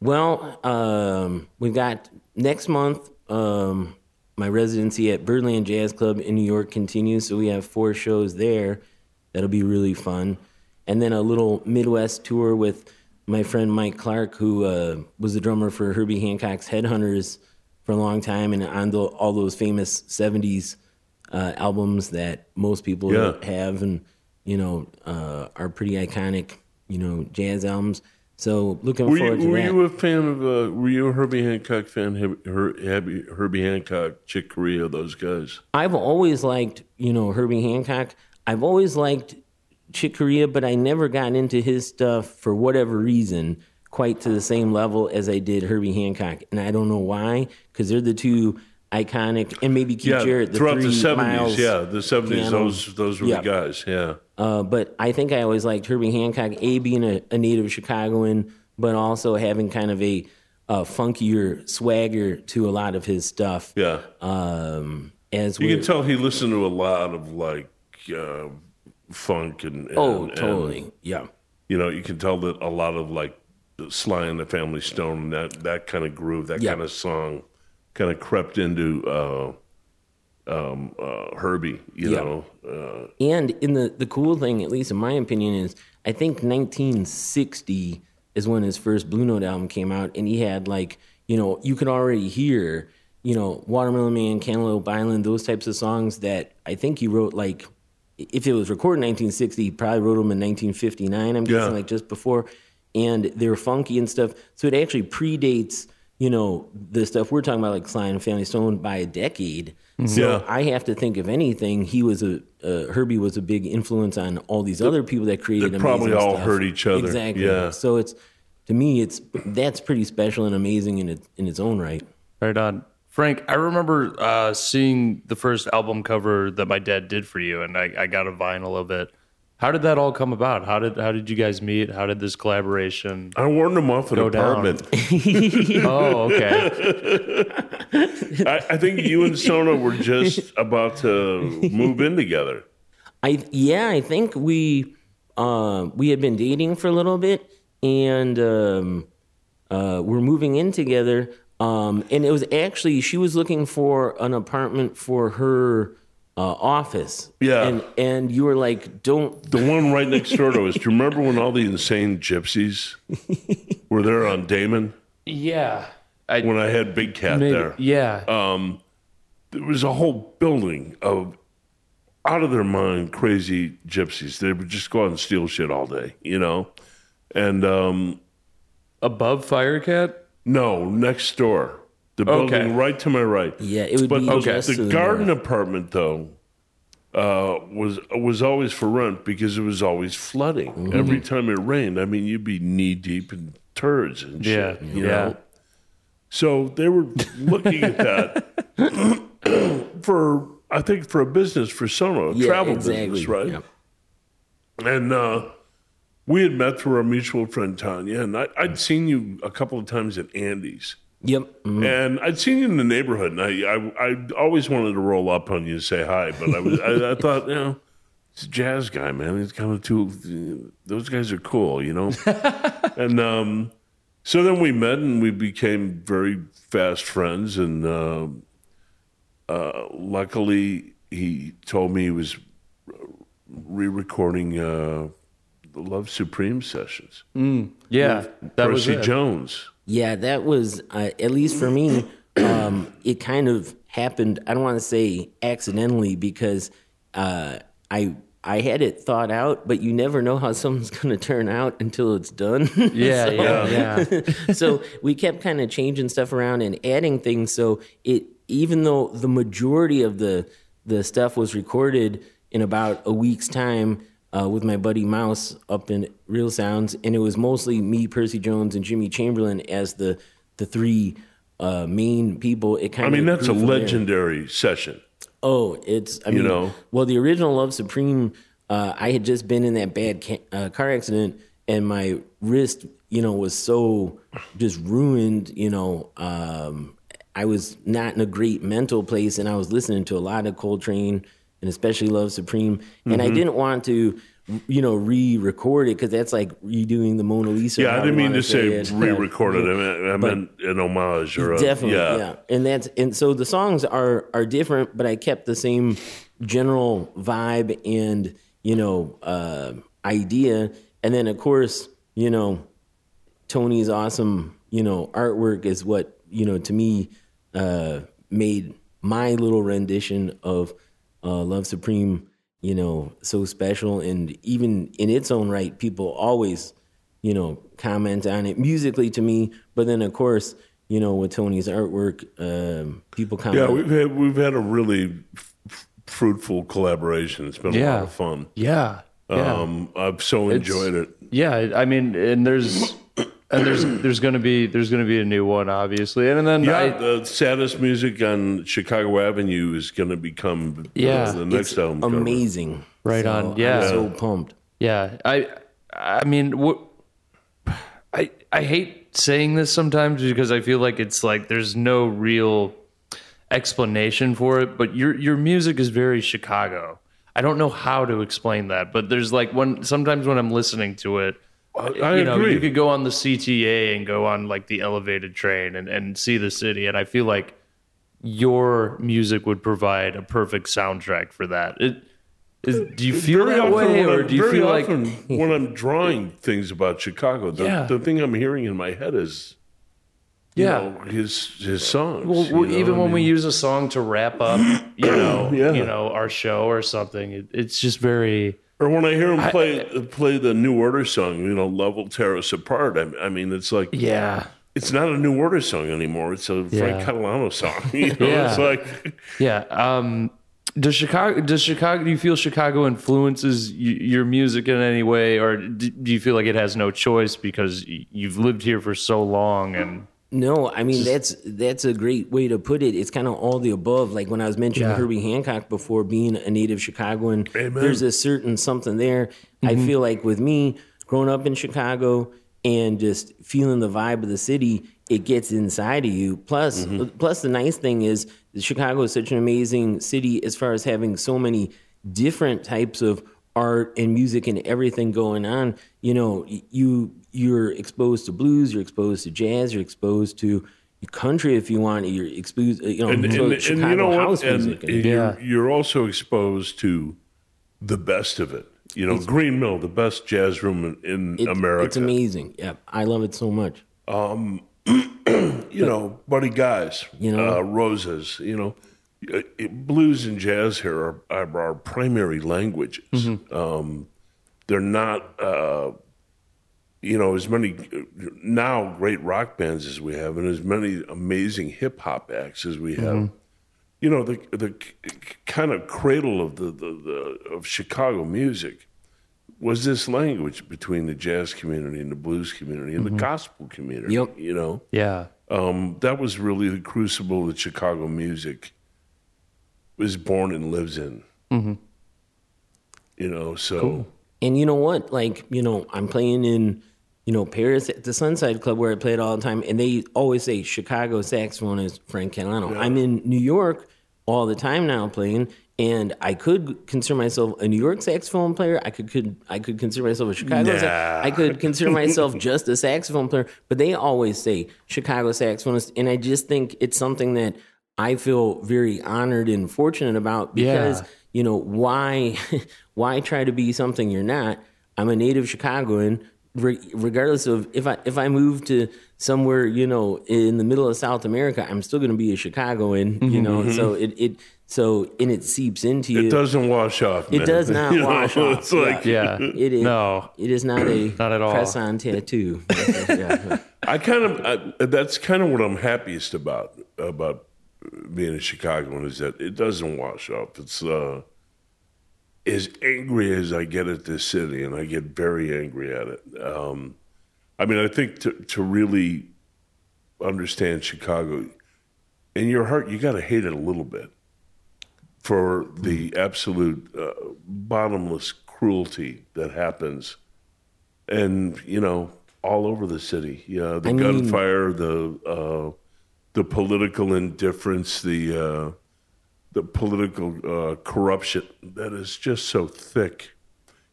Speaker 4: Well, um, we've got next month. Um, my residency at Birdland Jazz Club in New York continues, so we have four shows there. That'll be really fun, and then a little Midwest tour with my friend Mike Clark, who uh, was the drummer for Herbie Hancock's Headhunters for a long time, and on the, all those famous '70s uh, albums that most people
Speaker 2: Yeah.
Speaker 4: have and you know uh, are pretty iconic, you know, jazz albums. So looking
Speaker 2: Were
Speaker 4: forward
Speaker 2: you,
Speaker 4: to
Speaker 2: were
Speaker 4: that.
Speaker 2: you a fan of? Uh, were you a Herbie Hancock fan? Heb- Her, Herbie, Herbie Hancock, Chick Corea, those guys.
Speaker 4: I've always liked, you know, Herbie Hancock. I've always liked Chick Corea, but I never got into his stuff for whatever reason quite to the same level as I did Herbie Hancock, and I don't know why because they're the two iconic, and maybe Keith
Speaker 2: Yeah,
Speaker 4: Jarrett. The
Speaker 2: throughout the
Speaker 4: three
Speaker 2: seventies.
Speaker 4: Miles,
Speaker 2: Yeah, the seventies.
Speaker 4: piano.
Speaker 2: Those those were
Speaker 4: Yeah.
Speaker 2: the guys. Yeah.
Speaker 4: Uh, but I think I always liked Herbie Hancock, A, being a, a native Chicagoan, but also having kind of a, uh funkier swagger to a lot of his stuff.
Speaker 2: Yeah.
Speaker 4: Um, as
Speaker 2: You
Speaker 4: we're-
Speaker 2: can tell he listened to a lot of like uh, funk and, and
Speaker 4: Oh,
Speaker 2: and,
Speaker 4: totally. yeah.
Speaker 2: you know, you can tell that a lot of like Sly and the Family Stone and that that kind of groove, that
Speaker 4: Yeah.
Speaker 2: kind of song, kind of crept into uh, um, uh, Herbie. You
Speaker 4: Yeah.
Speaker 2: know, uh,
Speaker 4: And in the the cool thing, at least in my opinion, is I think 1960 is when his first Blue Note album came out, and he had like you know you could already hear you know Watermelon Man, Cantaloupe Island, those types of songs that I think he wrote like if it was recorded in 1960, he probably wrote them in 1959. I'm guessing
Speaker 2: Yeah.
Speaker 4: like just before, and they were funky and stuff. So it actually predates you know the stuff we're talking about like Sly and Family Stone by a decade. So
Speaker 2: Mm-hmm. Yeah.
Speaker 4: I have to think of anything. He was a uh, Herbie was a big influence on all these other people that created.
Speaker 2: they
Speaker 4: amazing
Speaker 2: probably all
Speaker 4: stuff.
Speaker 2: heard each other.
Speaker 4: Exactly.
Speaker 2: Yeah.
Speaker 4: So it's to me, it's that's pretty special and amazing in it, in its own right.
Speaker 1: Right on. Frank, I remember uh, seeing the first album cover that my dad did for you, and I, I got a vinyl of it. How did that all come about? How did how did you guys meet? How did this collaboration?
Speaker 2: I warned him off an
Speaker 1: Go down.
Speaker 2: apartment.
Speaker 1: Oh, okay.
Speaker 2: I, I think you and Sona were just about to move in together.
Speaker 4: I yeah, I think we uh, we had been dating for a little bit, and um, uh, we're moving in together. Um, and it was actually she was looking for an apartment for her uh, office.
Speaker 2: Yeah.
Speaker 4: and and you were like, don't
Speaker 2: The one right next door to us. Do you remember when all the insane gypsies were there on Damon?
Speaker 1: yeah. I,
Speaker 2: When I had Big Cat
Speaker 1: maybe-
Speaker 2: there. Uh,
Speaker 1: Yeah.
Speaker 2: there was a whole building of out of their mind crazy gypsies. They would just go out and steal shit all day, you know. And um,
Speaker 1: Above Firecat?
Speaker 2: no, next door, the
Speaker 1: Okay.
Speaker 2: building right to my right.
Speaker 4: Yeah, it would
Speaker 2: but
Speaker 4: be
Speaker 2: the,
Speaker 4: just to
Speaker 2: the
Speaker 4: the
Speaker 2: garden apartment though uh, was was always for rent because it was always flooding
Speaker 1: Mm-hmm.
Speaker 2: every time it rained. I mean, you'd be knee deep in turds and shit.
Speaker 1: Yeah,
Speaker 2: you
Speaker 1: yeah.
Speaker 2: know? So they were looking at that for I think for a business for Sono, a
Speaker 4: Yeah,
Speaker 2: travel
Speaker 4: exactly.
Speaker 2: business, right?
Speaker 4: Yeah.
Speaker 2: And uh, we had met through our mutual friend Tanya, and I, I'd seen you a couple of times at Andy's.
Speaker 4: Yep. Mhm.
Speaker 1: Mm.
Speaker 2: And I'd seen you in the neighborhood, and I, I, I always wanted to roll up on you and say hi, but I was, I, I thought, you know, it's a jazz guy, man. He's kind of too. Those guys are cool, you know. and um, so then we met, and we became very fast friends. And uh, uh, luckily, he told me he was re-recording uh, Love Supreme sessions.
Speaker 1: Yeah, that was
Speaker 2: Percy
Speaker 1: it.
Speaker 2: Jones.
Speaker 4: Yeah, that was uh, at least for me. Um, it kind of happened. I don't want to say accidentally because uh, I I had it thought out, but you never know how something's going to turn out until it's done.
Speaker 1: Yeah,
Speaker 4: So-
Speaker 1: yeah, yeah.
Speaker 4: so we kept kind of changing stuff around and adding things. So it, even though the majority of the the stuff was recorded in about a week's time uh, with my buddy Mouse up in Real Sounds, and it was mostly me, Percy Jones, and Jimmy Chamberlain as the the three uh, main people. It kind
Speaker 2: I mean,
Speaker 4: of
Speaker 2: that's a legendary session.
Speaker 4: Oh, it's I mean,
Speaker 2: know?
Speaker 4: well, the original Love Supreme. Uh, I had just been in that bad ca- uh, car accident, and my wrist, you know, was so just ruined. You know, um, I was not in a great mental place, and I was listening to a lot of Coltrane and especially Love Supreme, and
Speaker 2: Mm-hmm.
Speaker 4: I didn't want to. You know, re-record it because that's like redoing the Mona Lisa.
Speaker 2: Yeah, I
Speaker 4: however
Speaker 2: didn't
Speaker 4: you
Speaker 2: mean
Speaker 4: wanna
Speaker 2: to say
Speaker 4: it.
Speaker 2: re-recorded. I meant, I meant an homage or a,
Speaker 4: definitely yeah.
Speaker 2: yeah.
Speaker 4: and that's and so the songs are are different but i kept the same general vibe and you know uh idea and then of course you know tony's awesome you know artwork is what you know to me uh made my little rendition of uh love supreme you know so special and even in its own right people always you know, comment on it musically to me. But then, of course, you know, with Tony's artwork, um, people
Speaker 2: Yeah,
Speaker 4: comment.
Speaker 2: we've had we've had a really f- fruitful collaboration. It's been a lot
Speaker 1: Yeah.
Speaker 2: of fun.
Speaker 1: yeah, yeah.
Speaker 2: Um, I've so enjoyed it.
Speaker 1: Yeah, I mean, and there's and there's there's gonna be there's gonna be a new one, obviously, and then
Speaker 2: Yeah,
Speaker 1: I,
Speaker 2: the saddest music on Chicago Avenue is going to become
Speaker 1: Yeah.
Speaker 2: the next
Speaker 4: it's
Speaker 2: album. cover.
Speaker 4: amazing.
Speaker 1: Right
Speaker 4: So
Speaker 1: on,
Speaker 4: I'm
Speaker 1: yeah.
Speaker 4: so pumped.
Speaker 1: yeah, I I mean, what I I hate saying this sometimes because I feel like it's like there's no real explanation for it, but your your music is very Chicago. I don't know how to explain that, but there's like when sometimes when I'm listening to it,
Speaker 2: I
Speaker 1: you know,
Speaker 2: agree.
Speaker 1: you could go on the CTA and go on like the elevated train and, and see the city. And I feel like your music would provide a perfect soundtrack for that. It, is, do you feel
Speaker 2: Very often
Speaker 1: that way,
Speaker 2: when
Speaker 1: or
Speaker 2: I'm-
Speaker 1: do you
Speaker 2: very
Speaker 1: feel
Speaker 2: often
Speaker 1: like
Speaker 2: when I'm drawing things about Chicago, the,
Speaker 1: Yeah.
Speaker 2: the thing I'm hearing in my head is, you
Speaker 1: yeah?
Speaker 2: know, his his songs.
Speaker 1: well,
Speaker 2: you
Speaker 1: well,
Speaker 2: know?
Speaker 1: even when we use a song to wrap up, you know,
Speaker 2: Yeah.
Speaker 1: you know, our show or something, it, it's just very
Speaker 2: or when I hear him play play the New Order song, you know, "Love Will Tear Us Apart." I, I mean, it's like
Speaker 1: yeah,
Speaker 2: it's not a New Order song anymore. It's a Frank
Speaker 1: Yeah.
Speaker 2: Catalano song. You know,
Speaker 1: Yeah.
Speaker 2: it's like
Speaker 1: yeah. Um, does Chicago? Does Chicago? Do you feel Chicago influences y- your music in any way, or d- do you feel like it has no choice because y- you've lived here for so long? And
Speaker 4: No, I mean that's that's a great way to put it. It's kind of all the above. Like when I was mentioning
Speaker 1: Yeah.
Speaker 4: Herbie Hancock before, being a native Chicagoan,
Speaker 2: Amen.
Speaker 4: there's a certain something there. I
Speaker 2: Mm-hmm.
Speaker 4: feel like with me growing up in Chicago and just feeling the vibe of the city, it gets inside of you. Plus,
Speaker 2: Mm-hmm.
Speaker 4: plus the nice thing is Chicago is such an amazing city as far as having so many different types of art and music and everything going on you know y- you you're exposed to blues you're exposed to jazz you're exposed to country if you want you're exposed you know
Speaker 2: and,
Speaker 4: to
Speaker 2: and, and
Speaker 4: Chicago
Speaker 2: you know
Speaker 4: house
Speaker 2: what? And,
Speaker 4: music and-
Speaker 2: you're, you're also exposed to the best of it. You know, Green Mill, the best jazz room in, in
Speaker 4: it-
Speaker 2: America.
Speaker 4: it's amazing yeah i love it so much
Speaker 2: you know, Buddy Guys,
Speaker 4: You know?
Speaker 2: uh, Roses, you know, Uh, it- blues and jazz here are, are our primary languages.
Speaker 4: Mm-hmm.
Speaker 2: Um, they're not, uh, you know, as many uh, now great rock bands as we have, and as many amazing hip hop acts as we have. You know, the the c- c- kind of cradle of the, the, the of Chicago music was this language between the jazz community and the blues community and the gospel community.
Speaker 4: Yep.
Speaker 2: You know
Speaker 1: yeah,
Speaker 2: um, that was really the crucible that Chicago music was born and lives in. You know, so
Speaker 4: And you know what? Like, you know, I'm playing in, you know, Paris at the Sunside Club where I play it all the time, and they always say Chicago saxophonist Frank Catalano. I'm in New York all the time now playing, and I could consider myself a New York saxophone player. I could could I could consider myself a Chicago. sax-
Speaker 2: Nah.
Speaker 4: I could consider myself just a saxophone player, but they always say Chicago saxophonist, and I just think it's something that I feel very honored and fortunate about because
Speaker 1: Yeah.
Speaker 4: you know why why try to be something you're not I'm a native Chicagoan. Re- regardless of if I if I move to somewhere, you know, in the middle of South America, I'm still going to be a Chicagoan. You know, so it it so and it seeps into you.
Speaker 2: Mm-hmm, It doesn't wash off.
Speaker 4: It
Speaker 2: man.
Speaker 4: does not
Speaker 2: You know,
Speaker 4: wash off.
Speaker 2: It's like
Speaker 1: Yeah.
Speaker 4: It is
Speaker 1: No.
Speaker 4: It is not a
Speaker 1: Not at all.
Speaker 4: press-on tattoo. Yeah.
Speaker 2: I kind of I, that's kind of what I'm happiest about about being a Chicagoan is that it doesn't wash up. It's uh, as angry as I get at this city, and I get very angry at it. Um, I mean, I think to to really understand Chicago, in your heart, you got to hate it a little bit for the absolute uh, bottomless cruelty that happens, and you know, all over the city. Yeah, the
Speaker 4: I mean-
Speaker 2: gunfire, the uh, the political indifference, the uh, the political uh, corruption that is just so thick.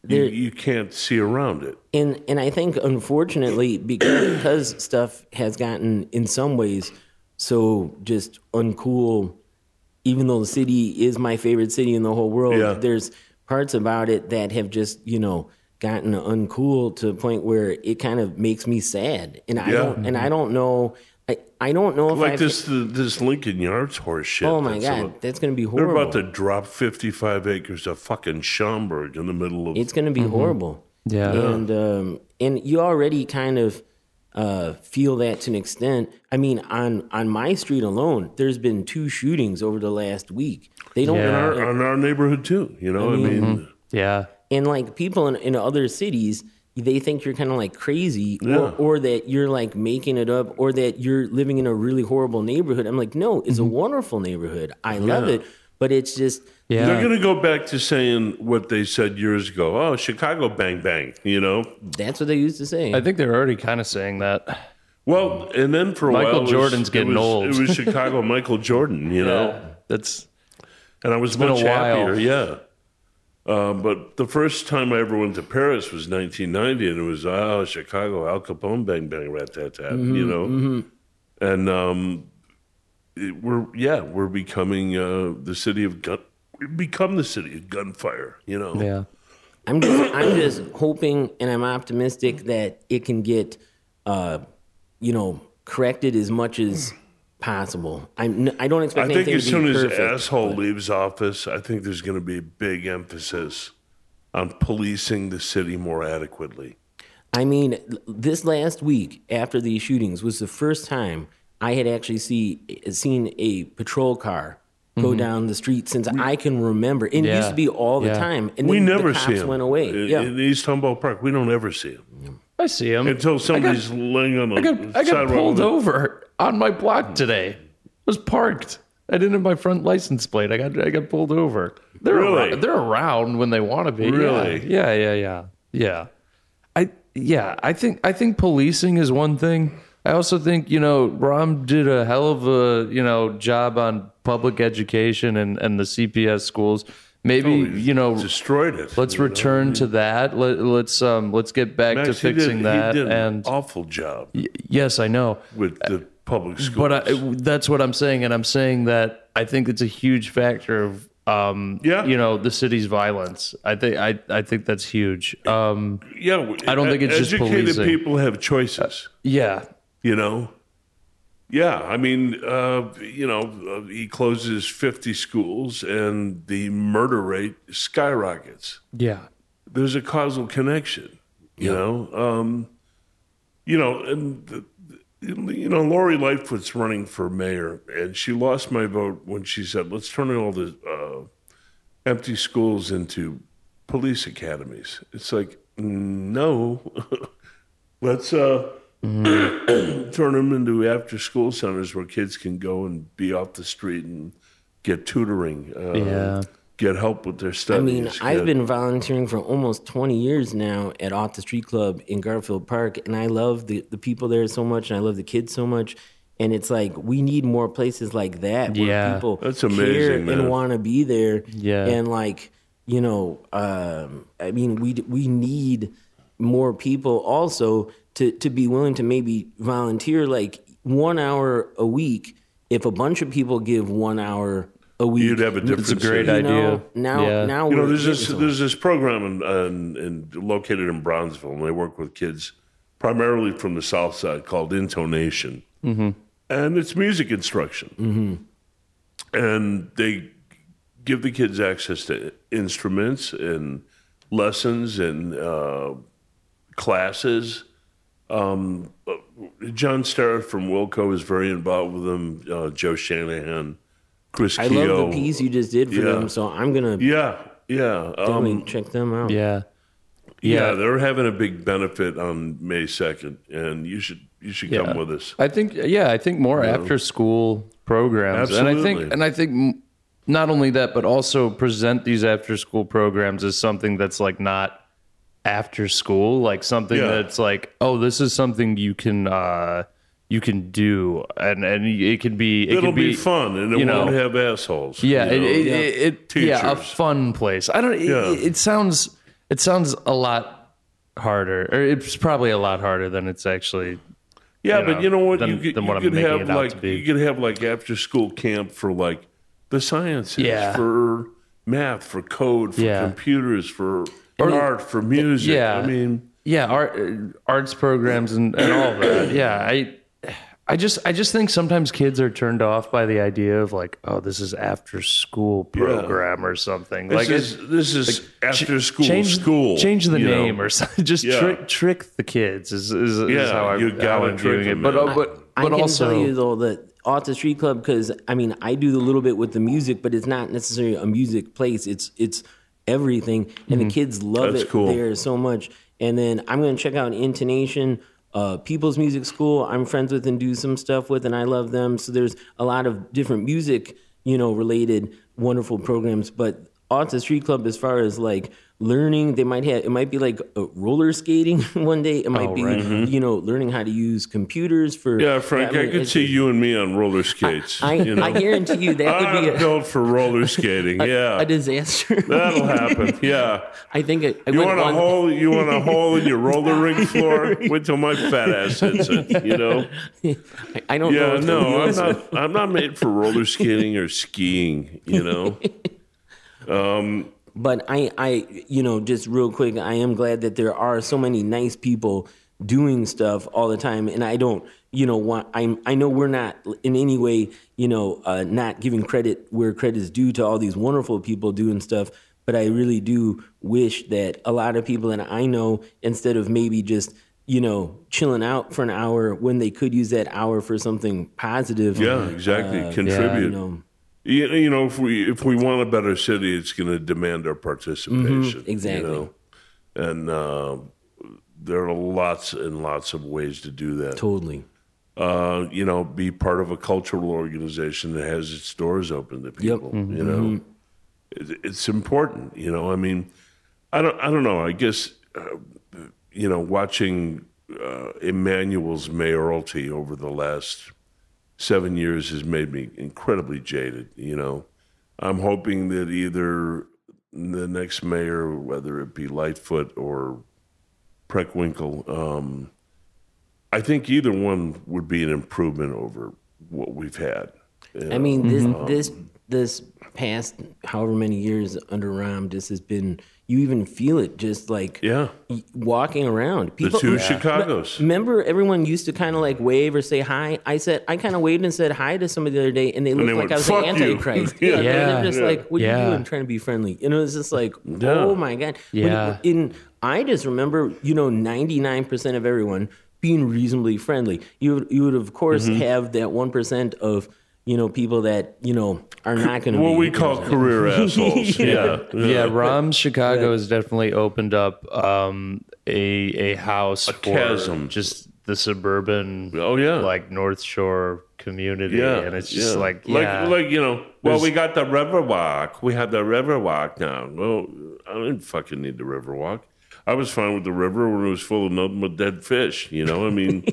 Speaker 2: You,
Speaker 4: There-
Speaker 2: you can't see around it.
Speaker 4: and and I think unfortunately because, because stuff has gotten in some ways so just uncool. Even though the city is my favorite city in the whole world,
Speaker 2: Yeah.
Speaker 4: there's parts about it that have just you know gotten uncool to the point where it kind of makes me sad. And I
Speaker 2: Yeah. Mm-hmm.
Speaker 4: don't and I don't know. I, I don't know if
Speaker 2: Like
Speaker 4: I've-
Speaker 2: this this Lincoln Yards horse shit.
Speaker 4: Oh my
Speaker 2: that's
Speaker 4: god,
Speaker 2: about-
Speaker 4: that's going to be
Speaker 2: they're
Speaker 4: horrible.
Speaker 2: about to drop 55 acres of fucking Schaumburg in the middle of
Speaker 4: it's going to be horrible.
Speaker 1: Mm-hmm. Yeah.
Speaker 4: and um, and you already kind of uh, feel that to an extent. I mean, on on my street alone, there's been two shootings over the last week. They don't
Speaker 1: Yeah.
Speaker 2: our, on our neighborhood too. You know, I
Speaker 1: Mm-hmm.
Speaker 2: mean,
Speaker 1: Yeah.
Speaker 4: and like people in, in other cities they think you're kind of like crazy
Speaker 2: Yeah.
Speaker 4: or, or that you're like making it up or that you're living in a really horrible neighborhood i'm like no
Speaker 1: Mm-hmm.
Speaker 4: it's a wonderful neighborhood i love it but it's just
Speaker 1: Yeah.
Speaker 2: they're going to go back to saying what they said years ago. Oh, Chicago, bang bang. You know,
Speaker 4: that's what they used to say
Speaker 1: I think they're already kind of saying that.
Speaker 2: well, and then for a
Speaker 1: Michael
Speaker 2: while, it was-
Speaker 1: Jordan's
Speaker 2: it
Speaker 1: getting
Speaker 2: was-
Speaker 1: old.
Speaker 2: It was Chicago, Michael Jordan. You know,
Speaker 1: That's
Speaker 2: and I was
Speaker 1: been
Speaker 2: much
Speaker 1: a while.
Speaker 2: happier. Yeah. Uh, but the first time I ever went to Paris was 1990, and it was oh Chicago Al Capone bang bang rat tat tat,
Speaker 4: Mm-hmm,
Speaker 2: you know, and um, it, we're yeah we're becoming uh, the city of gun, we've become the city of gunfire, you know.
Speaker 1: yeah.
Speaker 4: I'm just I'm just hoping and I'm optimistic that it can get uh you know corrected as much as possible. I'm n- I don't expect
Speaker 2: I think
Speaker 4: anything
Speaker 2: as
Speaker 4: to
Speaker 2: soon
Speaker 4: be
Speaker 2: as
Speaker 4: perfect.
Speaker 2: asshole leaves office, I think there's going to be a big emphasis on policing the city more adequately.
Speaker 4: I mean, l- this last week after these shootings was the first time I had actually see seen a patrol car go down the street since I can remember. And it used
Speaker 1: Mm-hmm. Yeah.
Speaker 4: to be all the
Speaker 1: Yeah.
Speaker 4: time. And
Speaker 2: we
Speaker 4: then
Speaker 2: never
Speaker 4: the cops
Speaker 2: see him.
Speaker 4: went away.
Speaker 2: In,
Speaker 4: yeah.
Speaker 2: in East Humboldt Park, we don't ever see him.
Speaker 1: I see him.
Speaker 2: Until somebody's laying on the
Speaker 1: I got, I got
Speaker 2: sidewalk.
Speaker 1: pulled
Speaker 2: with-
Speaker 1: over on my block today. I was parked. I didn't have my front license plate. I got I got pulled over. They're
Speaker 2: Really?
Speaker 1: arou- they're around when they want to be. Yeah.
Speaker 2: Really?
Speaker 1: Yeah. yeah, yeah, yeah, I yeah, I think I think policing is one thing. I also think, you know, Rom did a hell of a, you know, job on public education and and the CPS schools. Maybe,
Speaker 2: Oh,
Speaker 1: you know,
Speaker 2: Destroyed it.
Speaker 1: let's return to that. Let, let's um let's get back
Speaker 2: Max,
Speaker 1: to
Speaker 2: he did-
Speaker 1: fixing that
Speaker 2: He did an
Speaker 1: and
Speaker 2: awful job
Speaker 1: y- yes, I know.
Speaker 2: with the public schools.
Speaker 1: But I, that's what I'm saying, and I'm saying that I think it's a huge factor of, um,
Speaker 2: Yeah.
Speaker 1: you know, the city's violence. I think I, I think that's huge. Um,
Speaker 2: yeah, w-
Speaker 1: I don't think it's just
Speaker 2: educated
Speaker 1: policing.
Speaker 2: people have choices.
Speaker 1: yeah,
Speaker 2: you know yeah i mean uh, you know uh, he closes 50 schools and the murder rate skyrockets
Speaker 1: yeah,
Speaker 2: there's a causal connection you know um, you know and the, the- you know lori lightfoot's running for mayor and she lost my vote when she said let's turn all the uh, empty schools into police academies it's like no let's uh
Speaker 4: Mm-hmm.
Speaker 2: turn them into after school centers where kids can go and be off the street and get tutoring uh,
Speaker 1: Yeah.
Speaker 2: get help with their
Speaker 4: I
Speaker 2: studies
Speaker 4: mean, I've
Speaker 2: get-
Speaker 4: been volunteering for almost 20 years now at Off the Street Club in Garfield Park, and I love the, the people there so much, and I love the kids so much. And it's like we need more places like that where
Speaker 1: Yeah.
Speaker 4: people
Speaker 2: That's
Speaker 4: care
Speaker 2: amazing, man.
Speaker 4: and want to be there.
Speaker 1: Yeah.
Speaker 4: and like you know, um, I mean, we we need more people also to to be willing to maybe volunteer like one hour a week. If a bunch of people give one hour a week.
Speaker 2: You'd have a different.
Speaker 1: It's a great
Speaker 2: city.
Speaker 1: idea.
Speaker 4: you know, now,
Speaker 1: Yeah.
Speaker 4: now
Speaker 2: You know,
Speaker 4: we're
Speaker 2: there's this
Speaker 4: getting
Speaker 2: there's this program in, in, in located in Bronzeville, and they work with kids primarily from the South Side called Intonation,
Speaker 1: Mm-hmm.
Speaker 2: and it's music instruction,
Speaker 1: Mm-hmm.
Speaker 2: and they give the kids access to instruments and lessons and uh, classes. Um, John Starrett from Wilco is very involved with them. Uh, Joe Shanahan, Chris.
Speaker 4: I love
Speaker 2: Keough.
Speaker 4: the piece you just did for
Speaker 2: Yeah.
Speaker 4: them, so I'm gonna
Speaker 2: Yeah, yeah. Um,
Speaker 4: definitely check them out.
Speaker 1: Yeah.
Speaker 2: yeah.
Speaker 1: Yeah.
Speaker 2: they're having a big benefit on May second, and you should you should
Speaker 1: Yeah.
Speaker 2: come with us.
Speaker 1: I think yeah, I think more after school programs, and I think
Speaker 2: Absolutely.
Speaker 1: and I think m- not only that, but also present these after school programs as something that's like not after school, like something
Speaker 2: Yeah.
Speaker 1: that's like oh, this is something you can uh you can do, and and it can be it
Speaker 2: It'll
Speaker 1: can be,
Speaker 2: be, fun, and
Speaker 1: you
Speaker 2: it
Speaker 1: know-
Speaker 2: won't have assholes.
Speaker 1: Yeah,
Speaker 2: you
Speaker 1: it,
Speaker 2: know?
Speaker 1: it, It, it, yeah, a
Speaker 2: Teachers.
Speaker 1: fun place. I don't. It,
Speaker 2: Yeah.
Speaker 1: it sounds it sounds a lot harder, or it's probably a lot harder than it's actually.
Speaker 2: yeah.
Speaker 1: you know,
Speaker 2: but you know what?
Speaker 1: than-
Speaker 2: you could,
Speaker 1: than
Speaker 2: you
Speaker 1: what I'm
Speaker 2: could
Speaker 1: making
Speaker 2: have
Speaker 1: it out to
Speaker 2: like
Speaker 1: be.
Speaker 2: you could have like after school camp for like the sciences,
Speaker 1: Yeah.
Speaker 2: for math, for code, for
Speaker 1: Yeah.
Speaker 2: computers, for art, for music.
Speaker 1: yeah.
Speaker 2: I mean,
Speaker 1: yeah art, uh, arts programs and, and all that yeah i i just i just think sometimes kids are turned off by the idea of like oh this is after school program or something
Speaker 2: this
Speaker 1: like
Speaker 2: is
Speaker 1: it-
Speaker 2: this is after school
Speaker 1: change
Speaker 2: school.
Speaker 1: change the
Speaker 2: you know?
Speaker 1: name or something just
Speaker 2: Yeah.
Speaker 1: trick trick the kids is is, is
Speaker 2: Yeah,
Speaker 1: how, I,
Speaker 2: you
Speaker 1: how
Speaker 2: gotta
Speaker 1: i'm
Speaker 2: trick
Speaker 1: doing
Speaker 2: them,
Speaker 1: it but
Speaker 2: man.
Speaker 1: uh, but
Speaker 4: I
Speaker 1: but
Speaker 4: can
Speaker 1: also
Speaker 4: tell you though that Auto Street Club, because I mean, I do the little bit with the music, but it's not necessarily a music place. It's it's everything, and the kids love
Speaker 2: That's
Speaker 4: it
Speaker 2: cool.
Speaker 4: there so much. And then I'm going to check out Intonation, uh, People's Music School. I'm friends with and do some stuff with, and I love them. So there's a lot of different music, you know, related wonderful programs, but. Auto Street Club, as far as like learning, they might have it might be like uh, roller skating one day. It might be you know learning how to use computers for
Speaker 2: Yeah, Frank,
Speaker 4: mean,
Speaker 2: I could
Speaker 4: it's-
Speaker 2: see you and me on roller skates.
Speaker 4: I,
Speaker 2: you know?
Speaker 4: I guarantee you that would
Speaker 2: I'm
Speaker 4: be a,
Speaker 2: built for roller skating. Yeah,
Speaker 4: a disaster.
Speaker 2: that'll happen. Yeah,
Speaker 4: I think it, I
Speaker 2: you
Speaker 4: went
Speaker 2: want a
Speaker 4: one-
Speaker 2: hole? You want a hole in your roller rink floor? Wait till my fat ass hits it. You know?
Speaker 4: I- I don't know.
Speaker 2: Yeah,
Speaker 4: if
Speaker 2: no,
Speaker 4: it'll be
Speaker 2: I'm
Speaker 4: us.
Speaker 2: not. I'm not made for roller skating or skiing. You know?
Speaker 4: But I, I, you know, just real quick, I am glad that there are so many nice people doing stuff all the time, and I don't, you know, want. I'm. I know we're not in any way, you know, uh, not giving credit where credit is due to all these wonderful people doing stuff. But I really do wish that a lot of people that I know, instead of maybe just you know chilling out for an hour, when they could use that hour for something positive.
Speaker 2: Yeah, exactly.
Speaker 4: You
Speaker 2: Contribute.
Speaker 4: Uh, know,
Speaker 2: You, you know, if we if we want a better city, it's going to demand our participation.
Speaker 4: Mm-hmm, exactly.
Speaker 2: You know? And uh, there are lots and lots of ways to do that.
Speaker 4: totally.
Speaker 2: uh, you know, be part of a cultural organization that has its doors open to people. You know, it, it's important. You know, I mean, I don't, I don't know. I guess, uh, you know, watching uh, Emmanuel's mayoralty over the last seven years has made me incredibly jaded. You know, I'm hoping that either the next mayor, whether it be Lightfoot or Preckwinkle, um, I think either one would be an improvement over what we've had.
Speaker 4: I mean, this
Speaker 2: Mm-hmm.
Speaker 4: this this past however many years under Rom just has been. You even feel it, just like
Speaker 2: Yeah.
Speaker 4: y- walking around.
Speaker 2: The
Speaker 4: People,
Speaker 2: two Chicago's.
Speaker 4: remember, everyone used to kind of like wave or say hi. I said I kind of waved and said hi to somebody the other day, and they looked
Speaker 2: they
Speaker 4: like
Speaker 2: went,
Speaker 4: I was an
Speaker 2: "Fuck you."
Speaker 4: antichrist.
Speaker 2: Yeah.
Speaker 1: Yeah.
Speaker 4: they're just
Speaker 2: Yeah.
Speaker 4: like, "What are
Speaker 1: Yeah.
Speaker 4: you doing? Trying to be friendly?" You know, it's just like,
Speaker 2: Yeah.
Speaker 4: "Oh my god!" When-
Speaker 1: Yeah.
Speaker 4: in I just remember, you know, ninety nine percent of everyone being reasonably friendly. You would- you would of course
Speaker 2: Mm-hmm.
Speaker 4: have that one percent of you know people that you know are not going to
Speaker 2: What
Speaker 4: be
Speaker 2: we call career assholes. yeah.
Speaker 1: yeah, Rom's Chicago has definitely opened up um, a a house for
Speaker 2: chasm.
Speaker 1: just the suburban,
Speaker 2: Oh, yeah.
Speaker 1: like North Shore community,
Speaker 2: Yeah.
Speaker 1: and it's just
Speaker 2: yeah.
Speaker 1: like, yeah,
Speaker 2: like, like, you know, well, we got the river walk. We have the river walk now. Well, I didn't fucking need the river walk. I was fine with the river when it was full of nothing but dead fish. You know, I mean,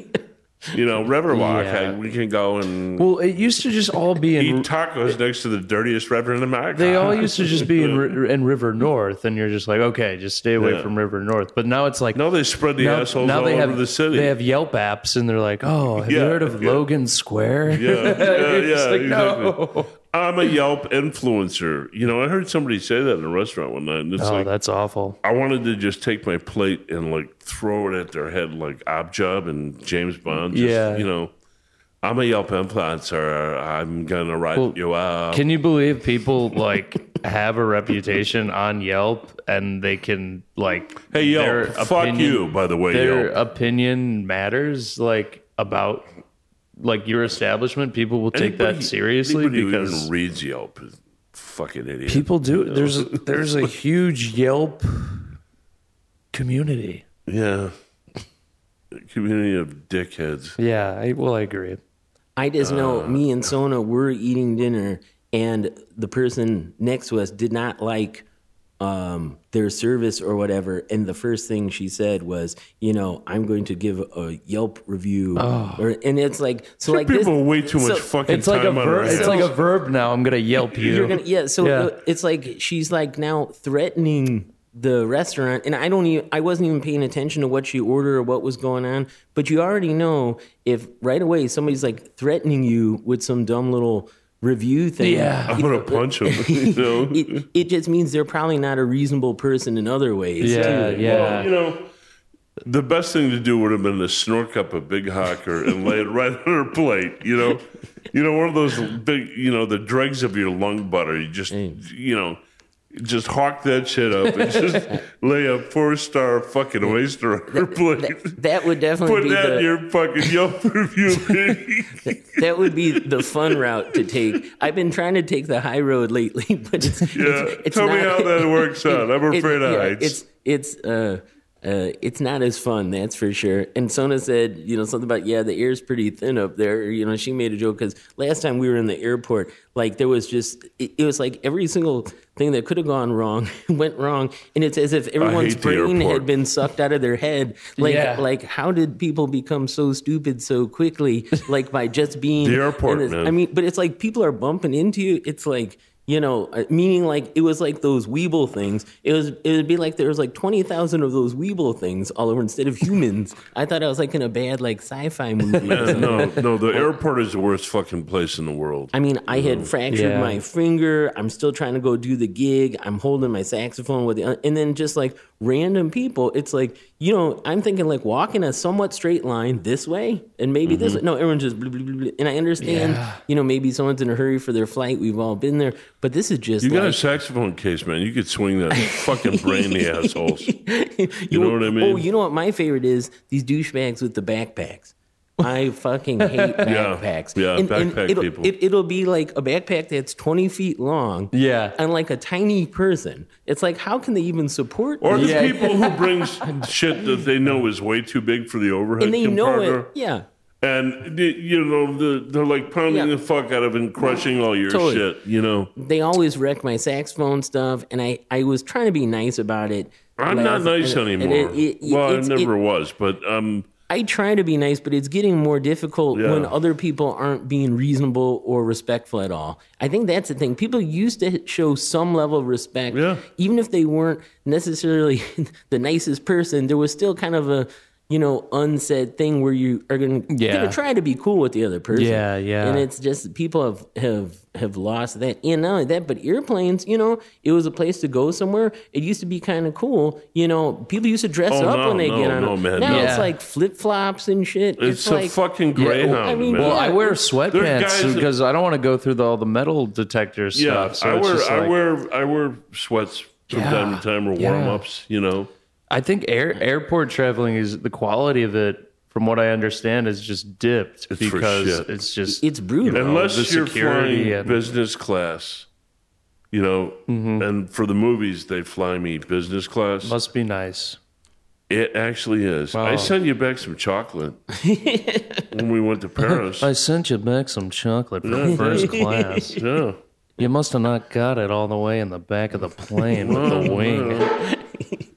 Speaker 2: you know, river walk.
Speaker 1: Yeah.
Speaker 2: I- we can go and
Speaker 1: well, it used to just all be in.
Speaker 2: eat tacos next to the dirtiest river in America.
Speaker 1: They all used to just be in, Ri- in River North, and you're just like, okay, just stay away
Speaker 2: Yeah.
Speaker 1: from River North. But now it's like,
Speaker 2: no, they spread the
Speaker 1: now,
Speaker 2: assholes
Speaker 1: now
Speaker 2: all
Speaker 1: they
Speaker 2: over
Speaker 1: have
Speaker 2: the city.
Speaker 1: They have Yelp apps, and they're like, oh, have you
Speaker 2: Yeah,
Speaker 1: heard of
Speaker 2: yeah.
Speaker 1: Logan Square?
Speaker 2: yeah, yeah,
Speaker 1: It's
Speaker 2: yeah,
Speaker 1: like,
Speaker 2: exactly.
Speaker 1: no.
Speaker 2: I'm a Yelp influencer. You know, I heard somebody say that in a restaurant one night, and it's
Speaker 1: Oh,
Speaker 2: like
Speaker 1: that's awful.
Speaker 2: I wanted to just take my plate and like throw it at their head like ob job and James Bond. Just,
Speaker 1: Yeah.
Speaker 2: you know, I'm a Yelp influencer. I'm gonna write
Speaker 1: Well,
Speaker 2: you up.
Speaker 1: Can you believe people like have a reputation on Yelp and they can like
Speaker 2: hey
Speaker 1: their
Speaker 2: Yelp, fuck
Speaker 1: opinion-
Speaker 2: you. By the way,
Speaker 1: their
Speaker 2: Yelp.
Speaker 1: opinion matters like about like your establishment people will take that
Speaker 2: Anybody-
Speaker 1: seriously
Speaker 2: anybody who
Speaker 1: because
Speaker 2: even reads Yelp is a fucking idiot.
Speaker 1: people do there's there's a huge Yelp community.
Speaker 2: yeah, community of dickheads.
Speaker 1: Yeah, I well I agree.
Speaker 4: I just
Speaker 2: Uh,
Speaker 4: know me and Sona were eating dinner, and the person next to us did not like um, their service or whatever. And the first thing she said was, "You know, I'm going to give a Yelp review." Or, and it's like so, like
Speaker 2: Oh. people
Speaker 4: this,
Speaker 2: way too much
Speaker 4: so-
Speaker 2: fucking
Speaker 1: It's like a
Speaker 2: time on our
Speaker 1: verb,
Speaker 2: hands.
Speaker 1: it's like a verb now. I'm going to Yelp you.
Speaker 4: You're gonna, yeah. So uh,
Speaker 1: Yeah.
Speaker 4: it's like she's like now threatening the restaurant, and I don't even. I wasn't even paying attention to what she ordered or what was going on. But you already know if right away somebody's like threatening you with some dumb little review thing.
Speaker 1: Yeah.
Speaker 2: I'm gonna punch them. You know.
Speaker 4: It, it just means they're probably not a reasonable person in other ways.
Speaker 1: yeah,
Speaker 4: too.
Speaker 1: yeah.
Speaker 2: Well, you know, the best thing to do would have been to snork up a big hawker and lay it right on her plate. You know, you know, one of those big, you know, the dregs of your lung butter. You just,
Speaker 4: Mm.
Speaker 2: you know, just hawk that shit up and just lay a four star fucking oyster on her plate.
Speaker 4: That would definitely
Speaker 2: Put
Speaker 4: be
Speaker 2: that
Speaker 4: the,
Speaker 2: in your fucking Yelp review. baby.
Speaker 4: that would be the fun route to take. I've been trying to take the high road lately, but it's,
Speaker 2: yeah,
Speaker 4: it's, it's
Speaker 2: tell
Speaker 4: not,
Speaker 2: me how that works out. I'm
Speaker 4: it-
Speaker 2: afraid
Speaker 4: yeah,
Speaker 2: I. It's,
Speaker 4: It's it's uh, uh, it's not as fun, that's for sure. And Sona said, you know, something about yeah, the air's pretty thin up there. You know, she made a joke because last time we were in the airport, like there was just it, it was like every single thing that could have gone wrong went wrong, and it's as if everyone's
Speaker 2: the
Speaker 4: brain
Speaker 2: airport.
Speaker 4: had been sucked out of their head. Like
Speaker 1: Yeah.
Speaker 4: like how did people become so stupid so quickly? Like by just being
Speaker 2: The airport,
Speaker 4: in this-
Speaker 2: man.
Speaker 4: I mean, but it's like people are bumping into you. It's like you know, uh, meaning like it was like those Weeble things. It was it would be like there was like twenty thousand of those Weeble things all over instead of humans. I thought I was like in a bad like sci-fi movie. or
Speaker 2: Yeah,
Speaker 4: something.
Speaker 2: no, no, the airport is the worst fucking place in the world.
Speaker 4: I mean, I had fractured
Speaker 1: Yeah.
Speaker 4: my finger. I'm still trying to go do the gig. I'm holding my saxophone with the, and then just like random people, it's like, you know, I'm thinking like walking a somewhat straight line this way and maybe this way. No, everyone's just, blah, blah, blah, blah. and I understand, you know, maybe someone's in a hurry for their flight. We've all been there, but this is just
Speaker 2: You got a
Speaker 4: like,
Speaker 2: saxophone case, man. You could swing that fucking brain the assholes. You know what I mean?
Speaker 4: Oh, you know what my favorite is? These douchebags with the backpacks. I fucking hate backpacks.
Speaker 2: Yeah, backpack
Speaker 4: it'll,
Speaker 2: people.
Speaker 4: It, it'll be like a backpack that's 20 feet long.
Speaker 1: Yeah.
Speaker 4: And like a tiny person. It's like, how can they even support
Speaker 2: Or the
Speaker 4: me?
Speaker 1: Yeah.
Speaker 2: people who brings shit that they know is way too big for the overhead
Speaker 4: And they know it.
Speaker 2: compartment.
Speaker 4: Yeah.
Speaker 2: And the- you know the, they're like pounding
Speaker 4: Yeah.
Speaker 2: the fuck out of and crushing all your
Speaker 4: Totally.
Speaker 2: shit. You know,
Speaker 4: They always wreck my saxophone stuff. And I, I was trying to be nice about it.
Speaker 2: I'm
Speaker 4: last-
Speaker 2: not nice
Speaker 4: and- and
Speaker 2: anymore.
Speaker 4: it- it-
Speaker 2: well, I
Speaker 4: it's- it-
Speaker 2: never was, but um,
Speaker 4: I try to be nice, but it's getting more difficult
Speaker 2: Yeah.
Speaker 4: when other people aren't being reasonable or respectful at all. I think that's the thing. People used to show some level of respect,
Speaker 2: Yeah.
Speaker 4: even if they weren't necessarily the nicest person. There was still kind of a you know unsaid thing where you are going to
Speaker 1: Yeah.
Speaker 4: try to be cool with the other person.
Speaker 1: Yeah, yeah.
Speaker 4: And it's just people have have have lost that. And not only that, but airplanes. You know, it was a place to go somewhere. It used to be kind of cool. You know, people used to dress
Speaker 2: Oh,
Speaker 4: up
Speaker 2: no,
Speaker 4: when they
Speaker 2: no,
Speaker 4: get on.
Speaker 2: no,
Speaker 4: a-
Speaker 2: man,
Speaker 4: now
Speaker 2: no.
Speaker 4: it's like flip flops and shit.
Speaker 2: it's,
Speaker 4: It's,
Speaker 2: a
Speaker 4: like
Speaker 2: fucking greyhound.
Speaker 4: I mean,
Speaker 2: man.
Speaker 1: Well, I wear
Speaker 2: guys that-
Speaker 1: sweatpants because I don't want to go through the, all the metal detector
Speaker 2: yeah,
Speaker 1: stuff. So
Speaker 2: I
Speaker 1: it's
Speaker 2: wear
Speaker 1: just
Speaker 2: I
Speaker 1: like-
Speaker 2: wear I wear sweats from
Speaker 1: Yeah.
Speaker 2: time to time or
Speaker 1: Yeah.
Speaker 2: warm ups. You know,
Speaker 1: I think air, airport traveling is the quality of it, from what I understand, is just dipped
Speaker 2: It's for
Speaker 1: because
Speaker 2: shit.
Speaker 1: it's just
Speaker 4: it's brutal.
Speaker 2: unless
Speaker 1: the
Speaker 2: you're
Speaker 1: security
Speaker 2: flying
Speaker 1: and-
Speaker 2: business class, you know,
Speaker 4: Mm-hmm.
Speaker 2: and for the movies they fly me business class.
Speaker 1: must be nice.
Speaker 2: it actually is. I
Speaker 1: Wow.
Speaker 2: sent you back some chocolate when we went to Paris.
Speaker 1: I sent you back some chocolate from first class.
Speaker 2: yeah.
Speaker 1: You must have not got it all the way in the back of the plane with the wing.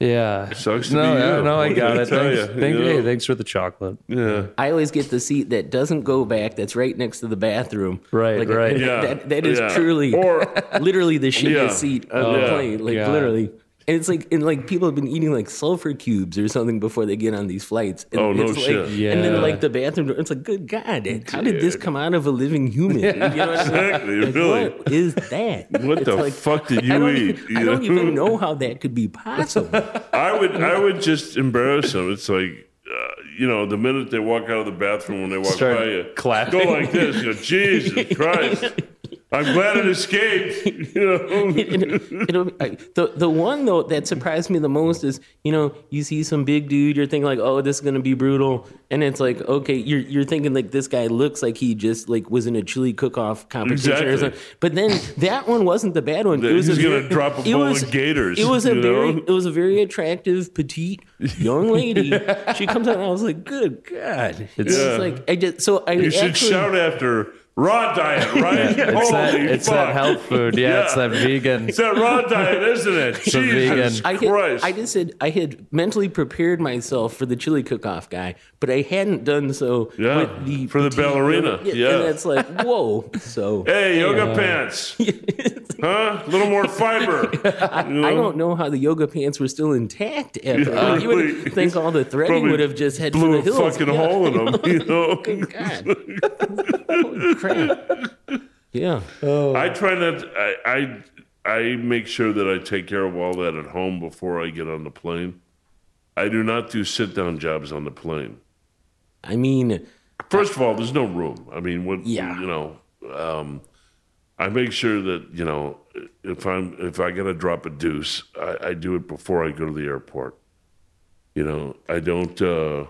Speaker 1: Yeah,
Speaker 2: Sucks to
Speaker 1: no,
Speaker 2: be
Speaker 1: I-
Speaker 2: you.
Speaker 1: no, I
Speaker 2: What
Speaker 1: got
Speaker 2: can I
Speaker 1: it.
Speaker 2: tell
Speaker 1: Thanks,
Speaker 2: you?
Speaker 1: thank-
Speaker 2: You
Speaker 1: hey,
Speaker 2: know?
Speaker 1: thanks for the chocolate.
Speaker 2: Yeah.
Speaker 4: I always get the seat that doesn't go back. That's right next to the bathroom.
Speaker 1: Right,
Speaker 4: Like,
Speaker 1: right.
Speaker 2: Yeah.
Speaker 4: That, that is
Speaker 2: yeah.
Speaker 4: truly,
Speaker 2: Or
Speaker 4: literally the shittiest
Speaker 2: Yeah.
Speaker 1: Oh,
Speaker 4: seat on the
Speaker 2: Yeah.
Speaker 4: plane. Like
Speaker 1: God.
Speaker 4: literally. And it's like, and like people have been eating like sulfur cubes or something before they get on these flights. And
Speaker 2: Oh, no
Speaker 4: it's like,
Speaker 2: shit.
Speaker 1: Yeah.
Speaker 4: And then like the bathroom door, it's like, good God, how did this come out of a living human? You know what I mean?
Speaker 2: Exactly,
Speaker 4: Like,
Speaker 2: really.
Speaker 4: What is that?
Speaker 2: What
Speaker 4: It's
Speaker 2: the
Speaker 4: like,
Speaker 2: fuck did you
Speaker 4: I don't,
Speaker 2: eat?
Speaker 4: I
Speaker 2: You
Speaker 4: don't
Speaker 2: know?
Speaker 4: even know how that could be possible.
Speaker 2: I would I would just embarrass them. It's like uh, you know, the minute they walk out of the bathroom when they walk
Speaker 1: Start
Speaker 2: by you,
Speaker 1: clapping.
Speaker 2: go like this. You know, Jesus Christ! I'm glad it escaped. You know,
Speaker 4: It- it'll be- I- the the one though that surprised me the most is you know you see some big dude you're thinking like oh this is gonna be brutal and it's like okay you're you're thinking like this guy looks like he just like was in a chili cook off competition
Speaker 2: Exactly.
Speaker 4: or something but then that one wasn't the bad one it was
Speaker 2: He's
Speaker 4: a
Speaker 2: gonna
Speaker 4: very-
Speaker 2: drop a
Speaker 4: it
Speaker 2: bowl
Speaker 4: was-
Speaker 2: of Gators,
Speaker 4: it was a
Speaker 2: you
Speaker 4: very
Speaker 2: know?
Speaker 4: it was a very attractive petite young lady she comes out and I was like good god it's
Speaker 2: Yeah.
Speaker 4: like I just so I
Speaker 2: you should
Speaker 4: actually-
Speaker 2: shout after raw diet, right?
Speaker 1: It's,
Speaker 2: Holy
Speaker 1: that, it's
Speaker 2: fuck!
Speaker 1: that health food. Yeah, it's
Speaker 2: Yeah.
Speaker 1: that vegan.
Speaker 2: It's that raw diet, isn't it?
Speaker 1: a
Speaker 2: Jesus
Speaker 1: vegan.
Speaker 4: I had,
Speaker 2: Christ!
Speaker 4: I just had I had mentally prepared myself for the chili cook-off guy, but I hadn't done so
Speaker 2: Yeah,
Speaker 4: with the
Speaker 2: for the
Speaker 4: petite-
Speaker 2: ballerina, yeah.
Speaker 4: and it's like whoa. So
Speaker 2: hey, yoga
Speaker 4: uh,
Speaker 2: pants, huh? A little more fiber.
Speaker 4: I, I don't know how the yoga pants were still intact after.
Speaker 2: Yeah,
Speaker 4: Like, you would
Speaker 2: like,
Speaker 4: think all the threading
Speaker 2: probably
Speaker 4: would have just had to
Speaker 2: Blew
Speaker 4: the
Speaker 2: a
Speaker 4: hills.
Speaker 2: fucking
Speaker 4: yeah.
Speaker 2: hole in them. You know.
Speaker 4: God. Holy crap. Yeah,
Speaker 2: I try not. To, I, I I make sure that I take care of all that at home before I get on the plane. I do not do sit down jobs on the plane.
Speaker 4: I mean,
Speaker 2: First of all, there's no room. I mean, what
Speaker 4: Yeah.
Speaker 2: you know. Um, I make sure that you know if I'm if I gotta drop a deuce, I, I do it before I go to the airport. You know, I don't. Uh,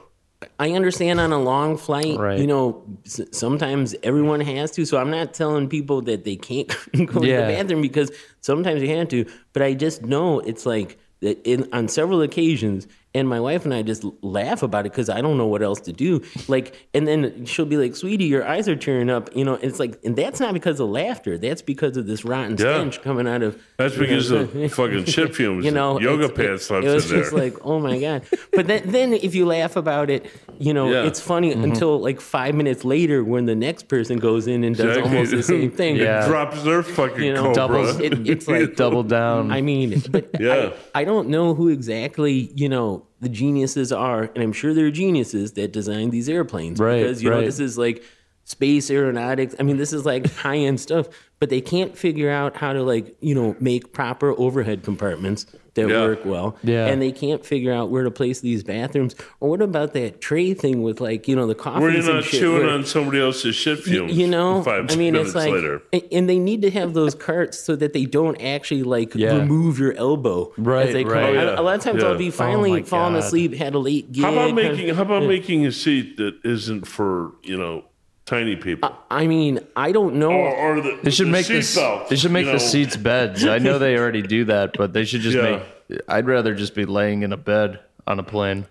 Speaker 4: I understand on a long flight,
Speaker 1: Right.
Speaker 4: you know, s- sometimes everyone has to. So I'm not telling people that they can't go
Speaker 1: Yeah.
Speaker 4: to the bathroom because sometimes you have to. But I just know it's like that in, on several occasions, and my wife and I just laugh about it because I don't know what else to do. Like, and then she'll be like, "Sweetie, your eyes are tearing up," you know. And it's like, and that's not because of laughter. That's because of this rotten
Speaker 2: Yeah.
Speaker 4: stench coming out of
Speaker 2: that's because of fucking shit fumes.
Speaker 4: you know,
Speaker 2: that yoga
Speaker 4: it's- it-
Speaker 2: pants left
Speaker 4: It was
Speaker 2: in there.
Speaker 4: just like, oh my god. But then, then if you laugh about it, you know,
Speaker 2: Yeah.
Speaker 4: it's funny until like five minutes later when the next person goes in and does
Speaker 2: Exactly.
Speaker 4: almost the same thing.
Speaker 1: Yeah.
Speaker 2: Drops their fucking
Speaker 4: You know,
Speaker 2: cobra.
Speaker 1: doubles-
Speaker 4: It, it's like
Speaker 1: Double down.
Speaker 4: I mean, but
Speaker 2: Yeah.
Speaker 4: I, I don't know who exactly you know the geniuses are, and I'm sure there are geniuses that designed these airplanes
Speaker 1: Right,
Speaker 4: because you
Speaker 1: right.
Speaker 4: know this is like space aeronautics. I mean, this is like high end stuff, but they can't figure out how to like you know make proper overhead compartments that
Speaker 2: Yeah.
Speaker 4: work well,
Speaker 1: Yeah.
Speaker 4: and they can't figure out where to place these bathrooms. Or what about that tray thing with like you know the coffee?
Speaker 2: Where you're not
Speaker 4: shit,
Speaker 2: chewing
Speaker 4: where-
Speaker 2: on somebody else's shit fumes.
Speaker 4: you know
Speaker 2: five
Speaker 4: i mean
Speaker 2: minutes
Speaker 4: it's like
Speaker 2: later.
Speaker 4: a- and they need to have those carts so that they don't actually like
Speaker 1: Yeah.
Speaker 4: remove your elbow
Speaker 1: Right,
Speaker 4: as they come
Speaker 1: right.
Speaker 4: out.
Speaker 2: Oh, yeah.
Speaker 4: a lot of times
Speaker 2: Yeah.
Speaker 4: i'll be
Speaker 1: my
Speaker 4: finally falling
Speaker 1: God.
Speaker 4: asleep had a late gig
Speaker 2: How about
Speaker 4: kinda-
Speaker 2: making how about making a seat that isn't for you know tiny people
Speaker 4: i mean i don't know
Speaker 2: or, or the
Speaker 1: They should
Speaker 2: the
Speaker 1: make
Speaker 2: seat
Speaker 1: this.
Speaker 2: belt,
Speaker 1: They should make
Speaker 2: you
Speaker 1: the
Speaker 2: know.
Speaker 1: seats beds. I know they already do that, but they should just
Speaker 2: Yeah.
Speaker 1: make. I'd rather just be laying in a bed on a plane.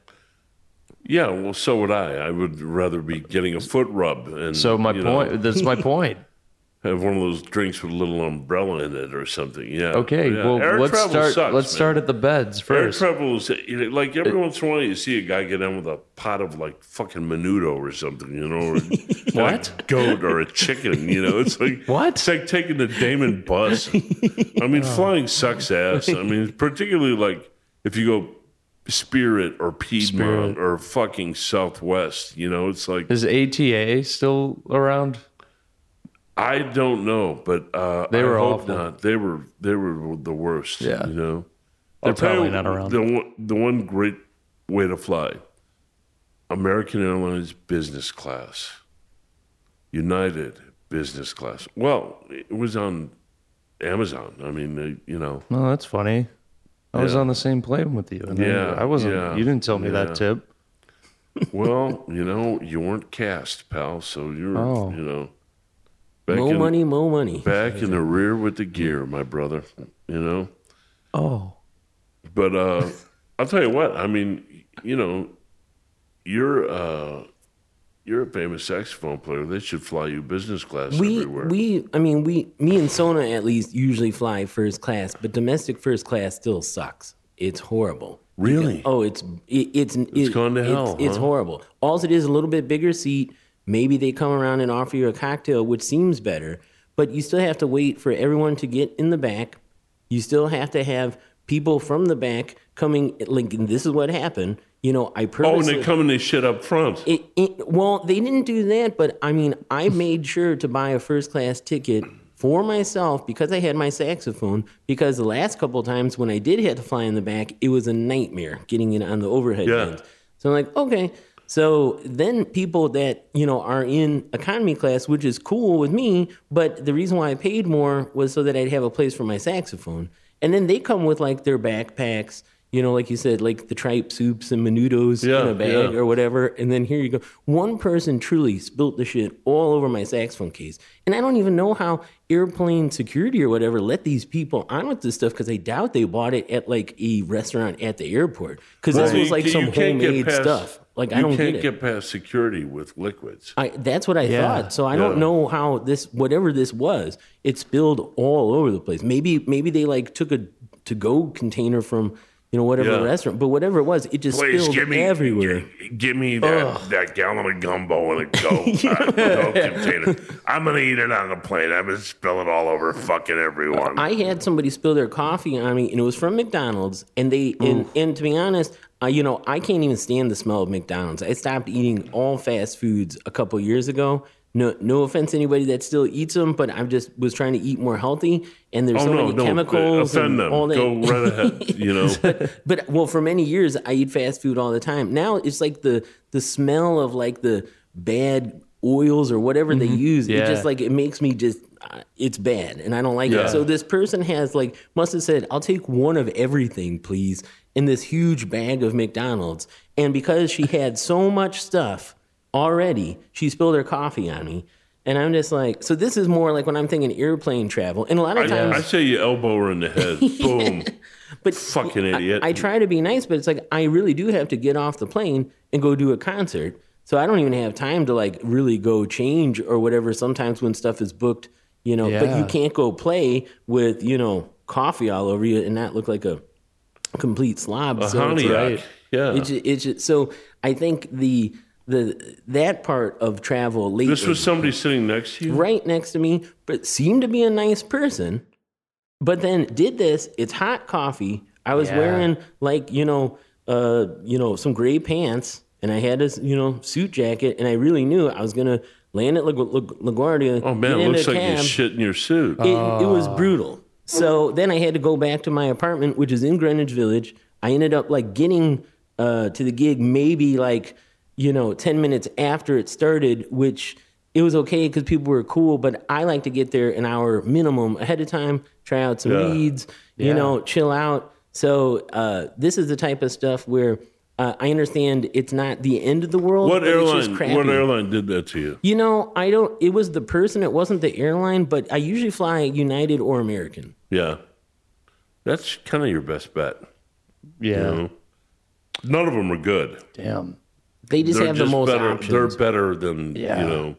Speaker 2: Yeah, well, so would I. I would rather be getting a foot rub and
Speaker 1: So my
Speaker 2: you know,
Speaker 1: point. That's my point.
Speaker 2: have one of those drinks with a little umbrella in it or something. Yeah.
Speaker 1: Okay.
Speaker 2: Yeah.
Speaker 1: Well,
Speaker 2: Air
Speaker 1: let's
Speaker 2: travel
Speaker 1: start.
Speaker 2: sucks,
Speaker 1: let's
Speaker 2: man.
Speaker 1: start at the beds
Speaker 2: Air
Speaker 1: first.
Speaker 2: travel is you know, like every once in a while you see a guy get in with a pot of like fucking menudo or something, you know, or
Speaker 1: What?
Speaker 2: a goat or a chicken, you know. It's like
Speaker 1: What? Oh.
Speaker 2: It's like taking the Damon bus. I mean, flying sucks ass. I mean, particularly like if you go Spirit or Piedmont
Speaker 1: Spirit.
Speaker 2: or fucking Southwest, you know, it's like
Speaker 1: Is ATA still around?
Speaker 2: I don't know, but uh,
Speaker 1: They
Speaker 2: I
Speaker 1: were
Speaker 2: hope
Speaker 1: awful.
Speaker 2: not. They were they were the worst.
Speaker 1: Yeah.
Speaker 2: you know,
Speaker 1: They're
Speaker 2: I'll tell
Speaker 1: probably
Speaker 2: you
Speaker 1: not around.
Speaker 2: The one, the one great way to fly: American Airlines business class, United business class. Well, it was on Amazon. I mean, they, you know,
Speaker 1: No, that's funny. I was
Speaker 2: Yeah.
Speaker 1: on the same plane with you. And
Speaker 2: Yeah,
Speaker 1: I, I wasn't.
Speaker 2: yeah,
Speaker 1: you didn't tell me
Speaker 2: yeah.
Speaker 1: that tip.
Speaker 2: well, you know, you weren't cast, pal. So you're,
Speaker 1: Oh.
Speaker 2: you know, back
Speaker 4: mo
Speaker 2: in,
Speaker 4: money mo money
Speaker 2: back in the rear with the gear, my brother. You know.
Speaker 1: Oh,
Speaker 2: But uh, I'll tell you what. I mean, you know, you're uh, you're a famous saxophone player. They should fly you business class
Speaker 4: we
Speaker 2: everywhere.
Speaker 4: we i mean we me and sona at least usually fly first class but domestic first class still sucks it's horrible
Speaker 2: really?
Speaker 4: Oh, it's it, it's it's
Speaker 2: gone to hell,
Speaker 4: It's, it's
Speaker 2: huh?
Speaker 4: horrible. All it is a little bit bigger seat. Maybe they come around and offer you a cocktail, which seems better, but you still have to wait for everyone to get in the back. You still have to have people from the back coming. Like and this is what happened. You know,
Speaker 2: Oh,
Speaker 4: I
Speaker 2: and
Speaker 4: purposely.
Speaker 2: they come and they shit up front.
Speaker 4: It, it, well, they didn't do that, but I mean, I made sure to buy a first class ticket for myself because I had my saxophone. Because the last couple of times when I did have to fly in the back, it was a nightmare getting it on the overhead
Speaker 2: Yeah.
Speaker 4: band. So I'm like, okay. So then people that, you know, are in economy class, which is cool with me, but the reason why I paid more was so that I'd have a place for my saxophone. And then they come with like their backpacks, you know, like you said, like the tripe soups and menudos in
Speaker 2: Yeah,
Speaker 4: a bag
Speaker 2: yeah.
Speaker 4: or whatever. And then here you go. One person truly spilt the shit all over my saxophone case. And I don't even know how airplane security or whatever let these people on with this stuff because I doubt they bought it at like a restaurant at the airport. Because this
Speaker 2: Well,
Speaker 4: was
Speaker 2: you-
Speaker 4: like
Speaker 2: you
Speaker 4: some
Speaker 2: can't get
Speaker 4: homemade
Speaker 2: past-
Speaker 4: stuff. Like I
Speaker 2: you
Speaker 4: don't
Speaker 2: can't
Speaker 4: get it.
Speaker 2: past security with liquids.
Speaker 4: I, that's what I
Speaker 1: Yeah.
Speaker 4: thought. So I don't know how this, whatever this was, it spilled all over the place. Maybe, maybe they like took a to-go container from you know whatever
Speaker 2: Yeah.
Speaker 4: restaurant, but whatever it was, it just
Speaker 2: Please
Speaker 4: spilled
Speaker 2: give me
Speaker 4: everywhere.
Speaker 2: gi- Give me that, that gallon of gumbo in a go, uh, go container. I'm gonna eat it on the plane. I'm gonna spill it all over fucking everyone.
Speaker 4: I had somebody spill their coffee on me, and it was from McDonald's. And they and, and to be honest, uh, you know, I can't even stand the smell of McDonald's. I stopped eating all fast foods a couple years ago. No, no offense to anybody that still eats them, but I just was trying to eat more healthy. And there's
Speaker 2: oh
Speaker 4: so
Speaker 2: no,
Speaker 4: many
Speaker 2: no,
Speaker 4: chemicals
Speaker 2: offend
Speaker 4: and
Speaker 2: them.
Speaker 4: all that.
Speaker 2: Go right ahead. You know,
Speaker 4: But well, for many years, I eat fast food all the time. Now it's like the the smell of like the bad oils or whatever
Speaker 2: Mm-hmm.
Speaker 4: they use. It
Speaker 1: Yeah.
Speaker 4: just like it makes me just uh, it's bad, and I don't like
Speaker 2: Yeah.
Speaker 4: it. So this person has like must have said, "I'll take one of everything, please," in this huge bag of McDonald's. And because she had so much stuff already, she spilled her coffee on me. And I'm just like, so this is more like when I'm thinking airplane travel. And a lot of
Speaker 2: I,
Speaker 4: times,
Speaker 2: I say you elbow her in the head. Boom.
Speaker 4: but
Speaker 2: Fucking
Speaker 4: I-
Speaker 2: idiot.
Speaker 4: I, try to be nice, but it's like I really do have to get off the plane and go do a concert. So I don't even have time to like really go change or whatever. Sometimes when stuff is booked, you know, but you
Speaker 1: Yeah.
Speaker 4: can't go play with you know coffee all over you and not look like a complete slob.
Speaker 2: A
Speaker 4: So it's
Speaker 2: Honiak.
Speaker 4: like-
Speaker 2: Yeah.
Speaker 4: It's, ju- it's ju- so I think the the that part of travel lately
Speaker 2: this was somebody sitting next to you.
Speaker 4: right next to me, but seemed to be a nice person. But then did this. It's hot coffee. I was
Speaker 1: Yeah.
Speaker 4: wearing like you know, uh, you know, some gray pants, and I had this you know suit jacket, and I really knew I was gonna land at La- La- LaGuardia.
Speaker 2: Oh man,
Speaker 4: get
Speaker 2: it
Speaker 4: in
Speaker 2: looks
Speaker 4: a
Speaker 2: like you
Speaker 4: cab.
Speaker 2: shit in your suit.
Speaker 4: It, it was
Speaker 2: Oh.
Speaker 4: brutal. So then I had to go back to my apartment, which is in Greenwich Village. I ended up like getting uh, to the gig maybe like you know ten minutes after it started, which it was okay because people were cool. But I like to get there an hour minimum ahead of time, try out some
Speaker 2: Yeah.
Speaker 4: reads, you
Speaker 1: Yeah.
Speaker 4: know, chill out. So uh, this is the type of stuff where uh, I understand it's not the end of the world.
Speaker 2: what
Speaker 4: but it's just
Speaker 2: airline? What
Speaker 4: crappy.
Speaker 2: airline did that to you?
Speaker 4: You know, I don't. It was the person. It wasn't the airline, but I usually fly United or American.
Speaker 2: Yeah, that's kind of your best bet.
Speaker 1: Yeah.
Speaker 2: You know? None of them are good.
Speaker 1: Damn.
Speaker 4: They just
Speaker 2: they're
Speaker 4: have the most
Speaker 2: better,
Speaker 4: options.
Speaker 2: They're better than
Speaker 1: Yeah.
Speaker 2: you know.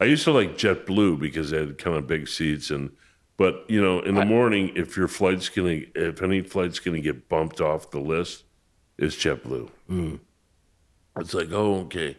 Speaker 2: I used to like JetBlue because they had kind of big seats and. But you know, in the morning, if your flight's gonna, if any flight's gonna get bumped off the list, it's JetBlue.
Speaker 4: Hmm.
Speaker 2: It's like, oh, okay,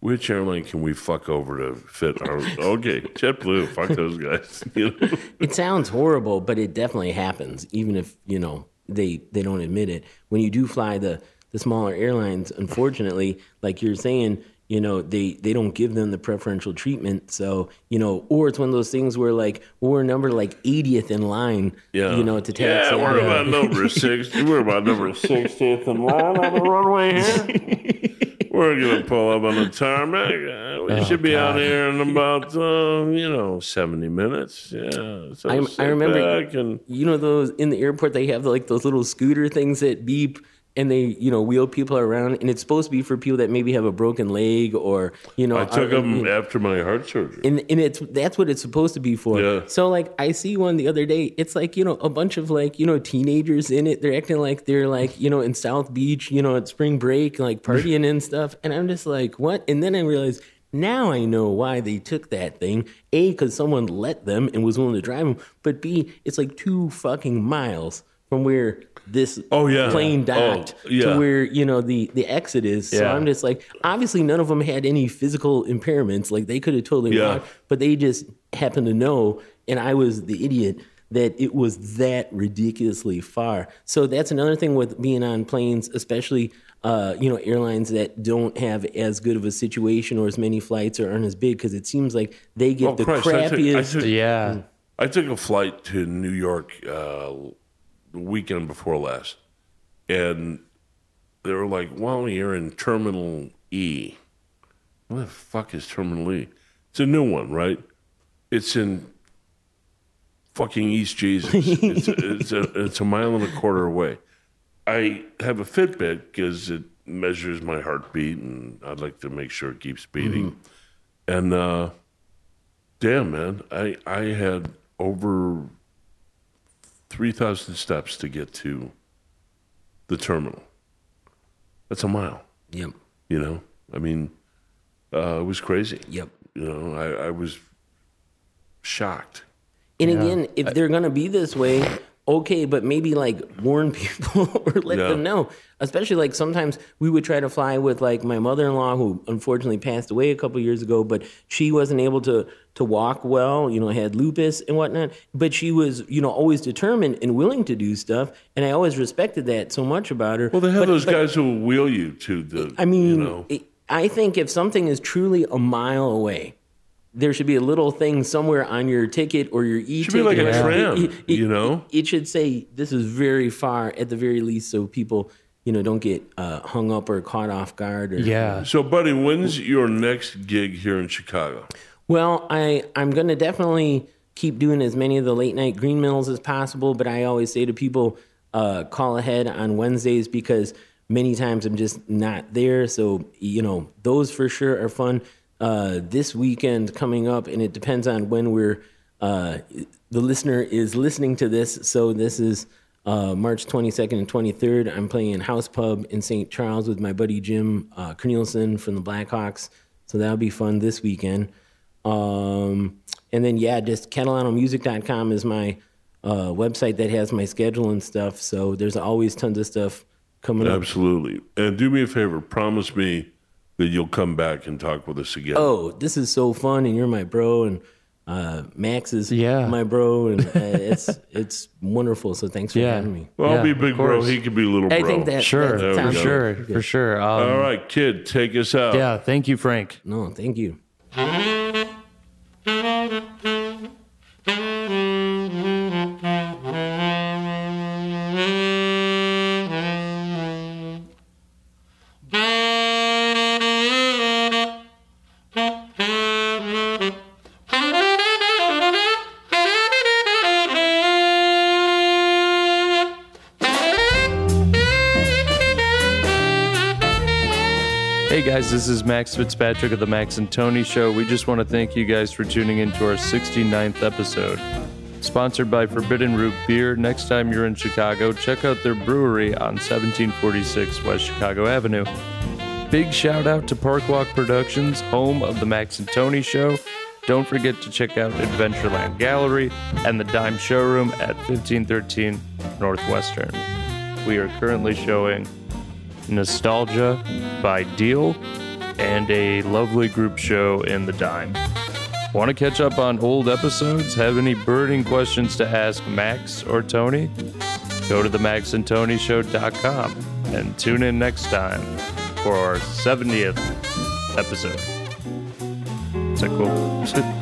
Speaker 2: which airline can we fuck over to fit our? okay, JetBlue, fuck those guys. You know?
Speaker 4: It sounds horrible, but it definitely happens. Even if you know they they don't admit it. When you do fly the the smaller airlines, unfortunately, like you're saying, you know they they don't give them the preferential treatment. So you know, or it's one of those things where like well, we're number like 80th in line.
Speaker 2: Yeah,
Speaker 4: You know, to take
Speaker 2: yeah, we're about number six. We're about number sixtieth in line on the runway here. We're gonna pull up on the tarmac. Uh,
Speaker 4: Oh,
Speaker 2: We should be out here in about uh, you know seventy minutes. Yeah, so
Speaker 4: I
Speaker 2: sit
Speaker 4: remember-
Speaker 2: back and
Speaker 4: you know those in the airport they have like those little scooter things that beep and they you know wheel people around and it's supposed to be for people that maybe have a broken leg or you know
Speaker 2: I took
Speaker 4: are-
Speaker 2: them after my heart surgery.
Speaker 4: and, and it's that's what it's supposed to be for
Speaker 2: Yeah.
Speaker 4: so like i see one the other day it's like you know a bunch of like you know teenagers in it they're acting like they're like you know in south beach you know at spring break like partying and stuff and i'm just like what and then i realized now i know why they took that thing a because someone let them and was willing to drive them but b it's like two fucking miles from where this
Speaker 2: Oh, yeah.
Speaker 4: plane
Speaker 2: Oh,
Speaker 4: docked
Speaker 2: yeah.
Speaker 4: to where you know the the exit is so
Speaker 1: Yeah.
Speaker 4: i'm just like obviously none of them had any physical impairments like they could have totally
Speaker 2: Yeah.
Speaker 4: walked but they just happened to know, and I was the idiot that it was that ridiculously far. So that's another thing with being on planes, especially uh, you know airlines that don't have as good of a situation or as many flights or aren't as big because it seems like they get
Speaker 2: Oh,
Speaker 4: the
Speaker 2: Christ, I took- I
Speaker 4: crappiest.
Speaker 2: took-
Speaker 1: Yeah.
Speaker 2: I took a flight to New York uh, the weekend before last, and they were like, "Well, you're in Terminal E." What the fuck is Terminal E? It's a new one, right? It's in fucking East Jesus. it's, a, it's a it's a mile and a quarter away. I have a Fitbit because it measures my heartbeat, and I'd like to make sure it keeps beating. And uh, Damn, man. I, I had over 3,000 steps to get to the terminal. That's a mile,
Speaker 4: yep,
Speaker 2: you know? I mean, uh, it was crazy.
Speaker 4: yep.
Speaker 2: You know, I, I was shocked.
Speaker 4: And again, if they're going to be this way, okay, but maybe like warn people or let
Speaker 2: Yeah.
Speaker 4: them know. Especially like sometimes we would try to fly with like my mother in law, who unfortunately passed away a couple years ago, but she wasn't able to to walk well, you know, had lupus and whatnot. But she was, you know, always determined and willing to do stuff. And I always respected that so much about her.
Speaker 2: Well, they have
Speaker 4: But-
Speaker 2: those
Speaker 4: but-
Speaker 2: guys who will wheel you to the.
Speaker 4: I mean,
Speaker 2: you know,
Speaker 4: it- I think if something is truly a mile away, there should be a little thing somewhere on your ticket or your e
Speaker 2: should be like a tram, you know?
Speaker 4: It, should say this is very far at the very least, so people you know don't get uh, hung up or caught off guard. Or,
Speaker 1: Yeah.
Speaker 2: so, buddy, when's your next gig here in Chicago?
Speaker 4: Well, I I'm gonna definitely keep doing as many of the late night green mills as possible, but I always say to people, uh, call ahead on Wednesdays because many times I'm just not there. So you know those for sure are fun. Uh, this weekend coming up, and it depends on when we're uh, the listener is listening to this. So this is uh, March 22nd and 23rd. I'm playing House Pub in St. Charles with my buddy Jim uh, Cornelison from the Blackhawks. So that'll be fun this weekend. Um, and then, yeah, just CatalanoMusic.com is my uh, website that has my schedule and stuff. So there's always tons of stuff coming up.
Speaker 2: Absolutely. And do me a favor promise me that you'll come back and talk with us again.
Speaker 4: Oh, this is so fun, and you're my bro, and uh, Max is
Speaker 1: Yeah.
Speaker 4: my bro, and uh, it's it's wonderful. So thanks for
Speaker 1: Yeah.
Speaker 4: having me.
Speaker 2: Well, I'll
Speaker 1: Yeah,
Speaker 2: be
Speaker 1: of
Speaker 2: big bro.
Speaker 1: course.
Speaker 2: He could be little
Speaker 4: I
Speaker 2: bro.
Speaker 4: think that
Speaker 1: Sure.
Speaker 4: that
Speaker 1: For
Speaker 4: sounds
Speaker 1: sure.
Speaker 4: good.
Speaker 1: For sure. Um,
Speaker 2: All right, kid, take us out.
Speaker 1: Yeah. Thank you, Frank.
Speaker 4: No, thank you.
Speaker 1: Hey guys, this is Max Fitzpatrick of the Max and Tony Show. We just want to thank you guys for tuning in to our 69th episode. Sponsored by Forbidden Root Beer, next time you're in Chicago, check out their brewery on 1746 West Chicago Avenue. Big shout out to Parkwalk Productions, home of the Max and Tony Show. Don't forget to check out Adventureland Gallery and the Dime Showroom at 1513 Northwestern. We are currently showing Nostalgia by Deal, and a lovely group show in the Dime. Want to catch up on old episodes? Have any burning questions to ask Max or Tony? Go to the maxandtonyshow.com and tune in next time for our 70th episode. Is that cool?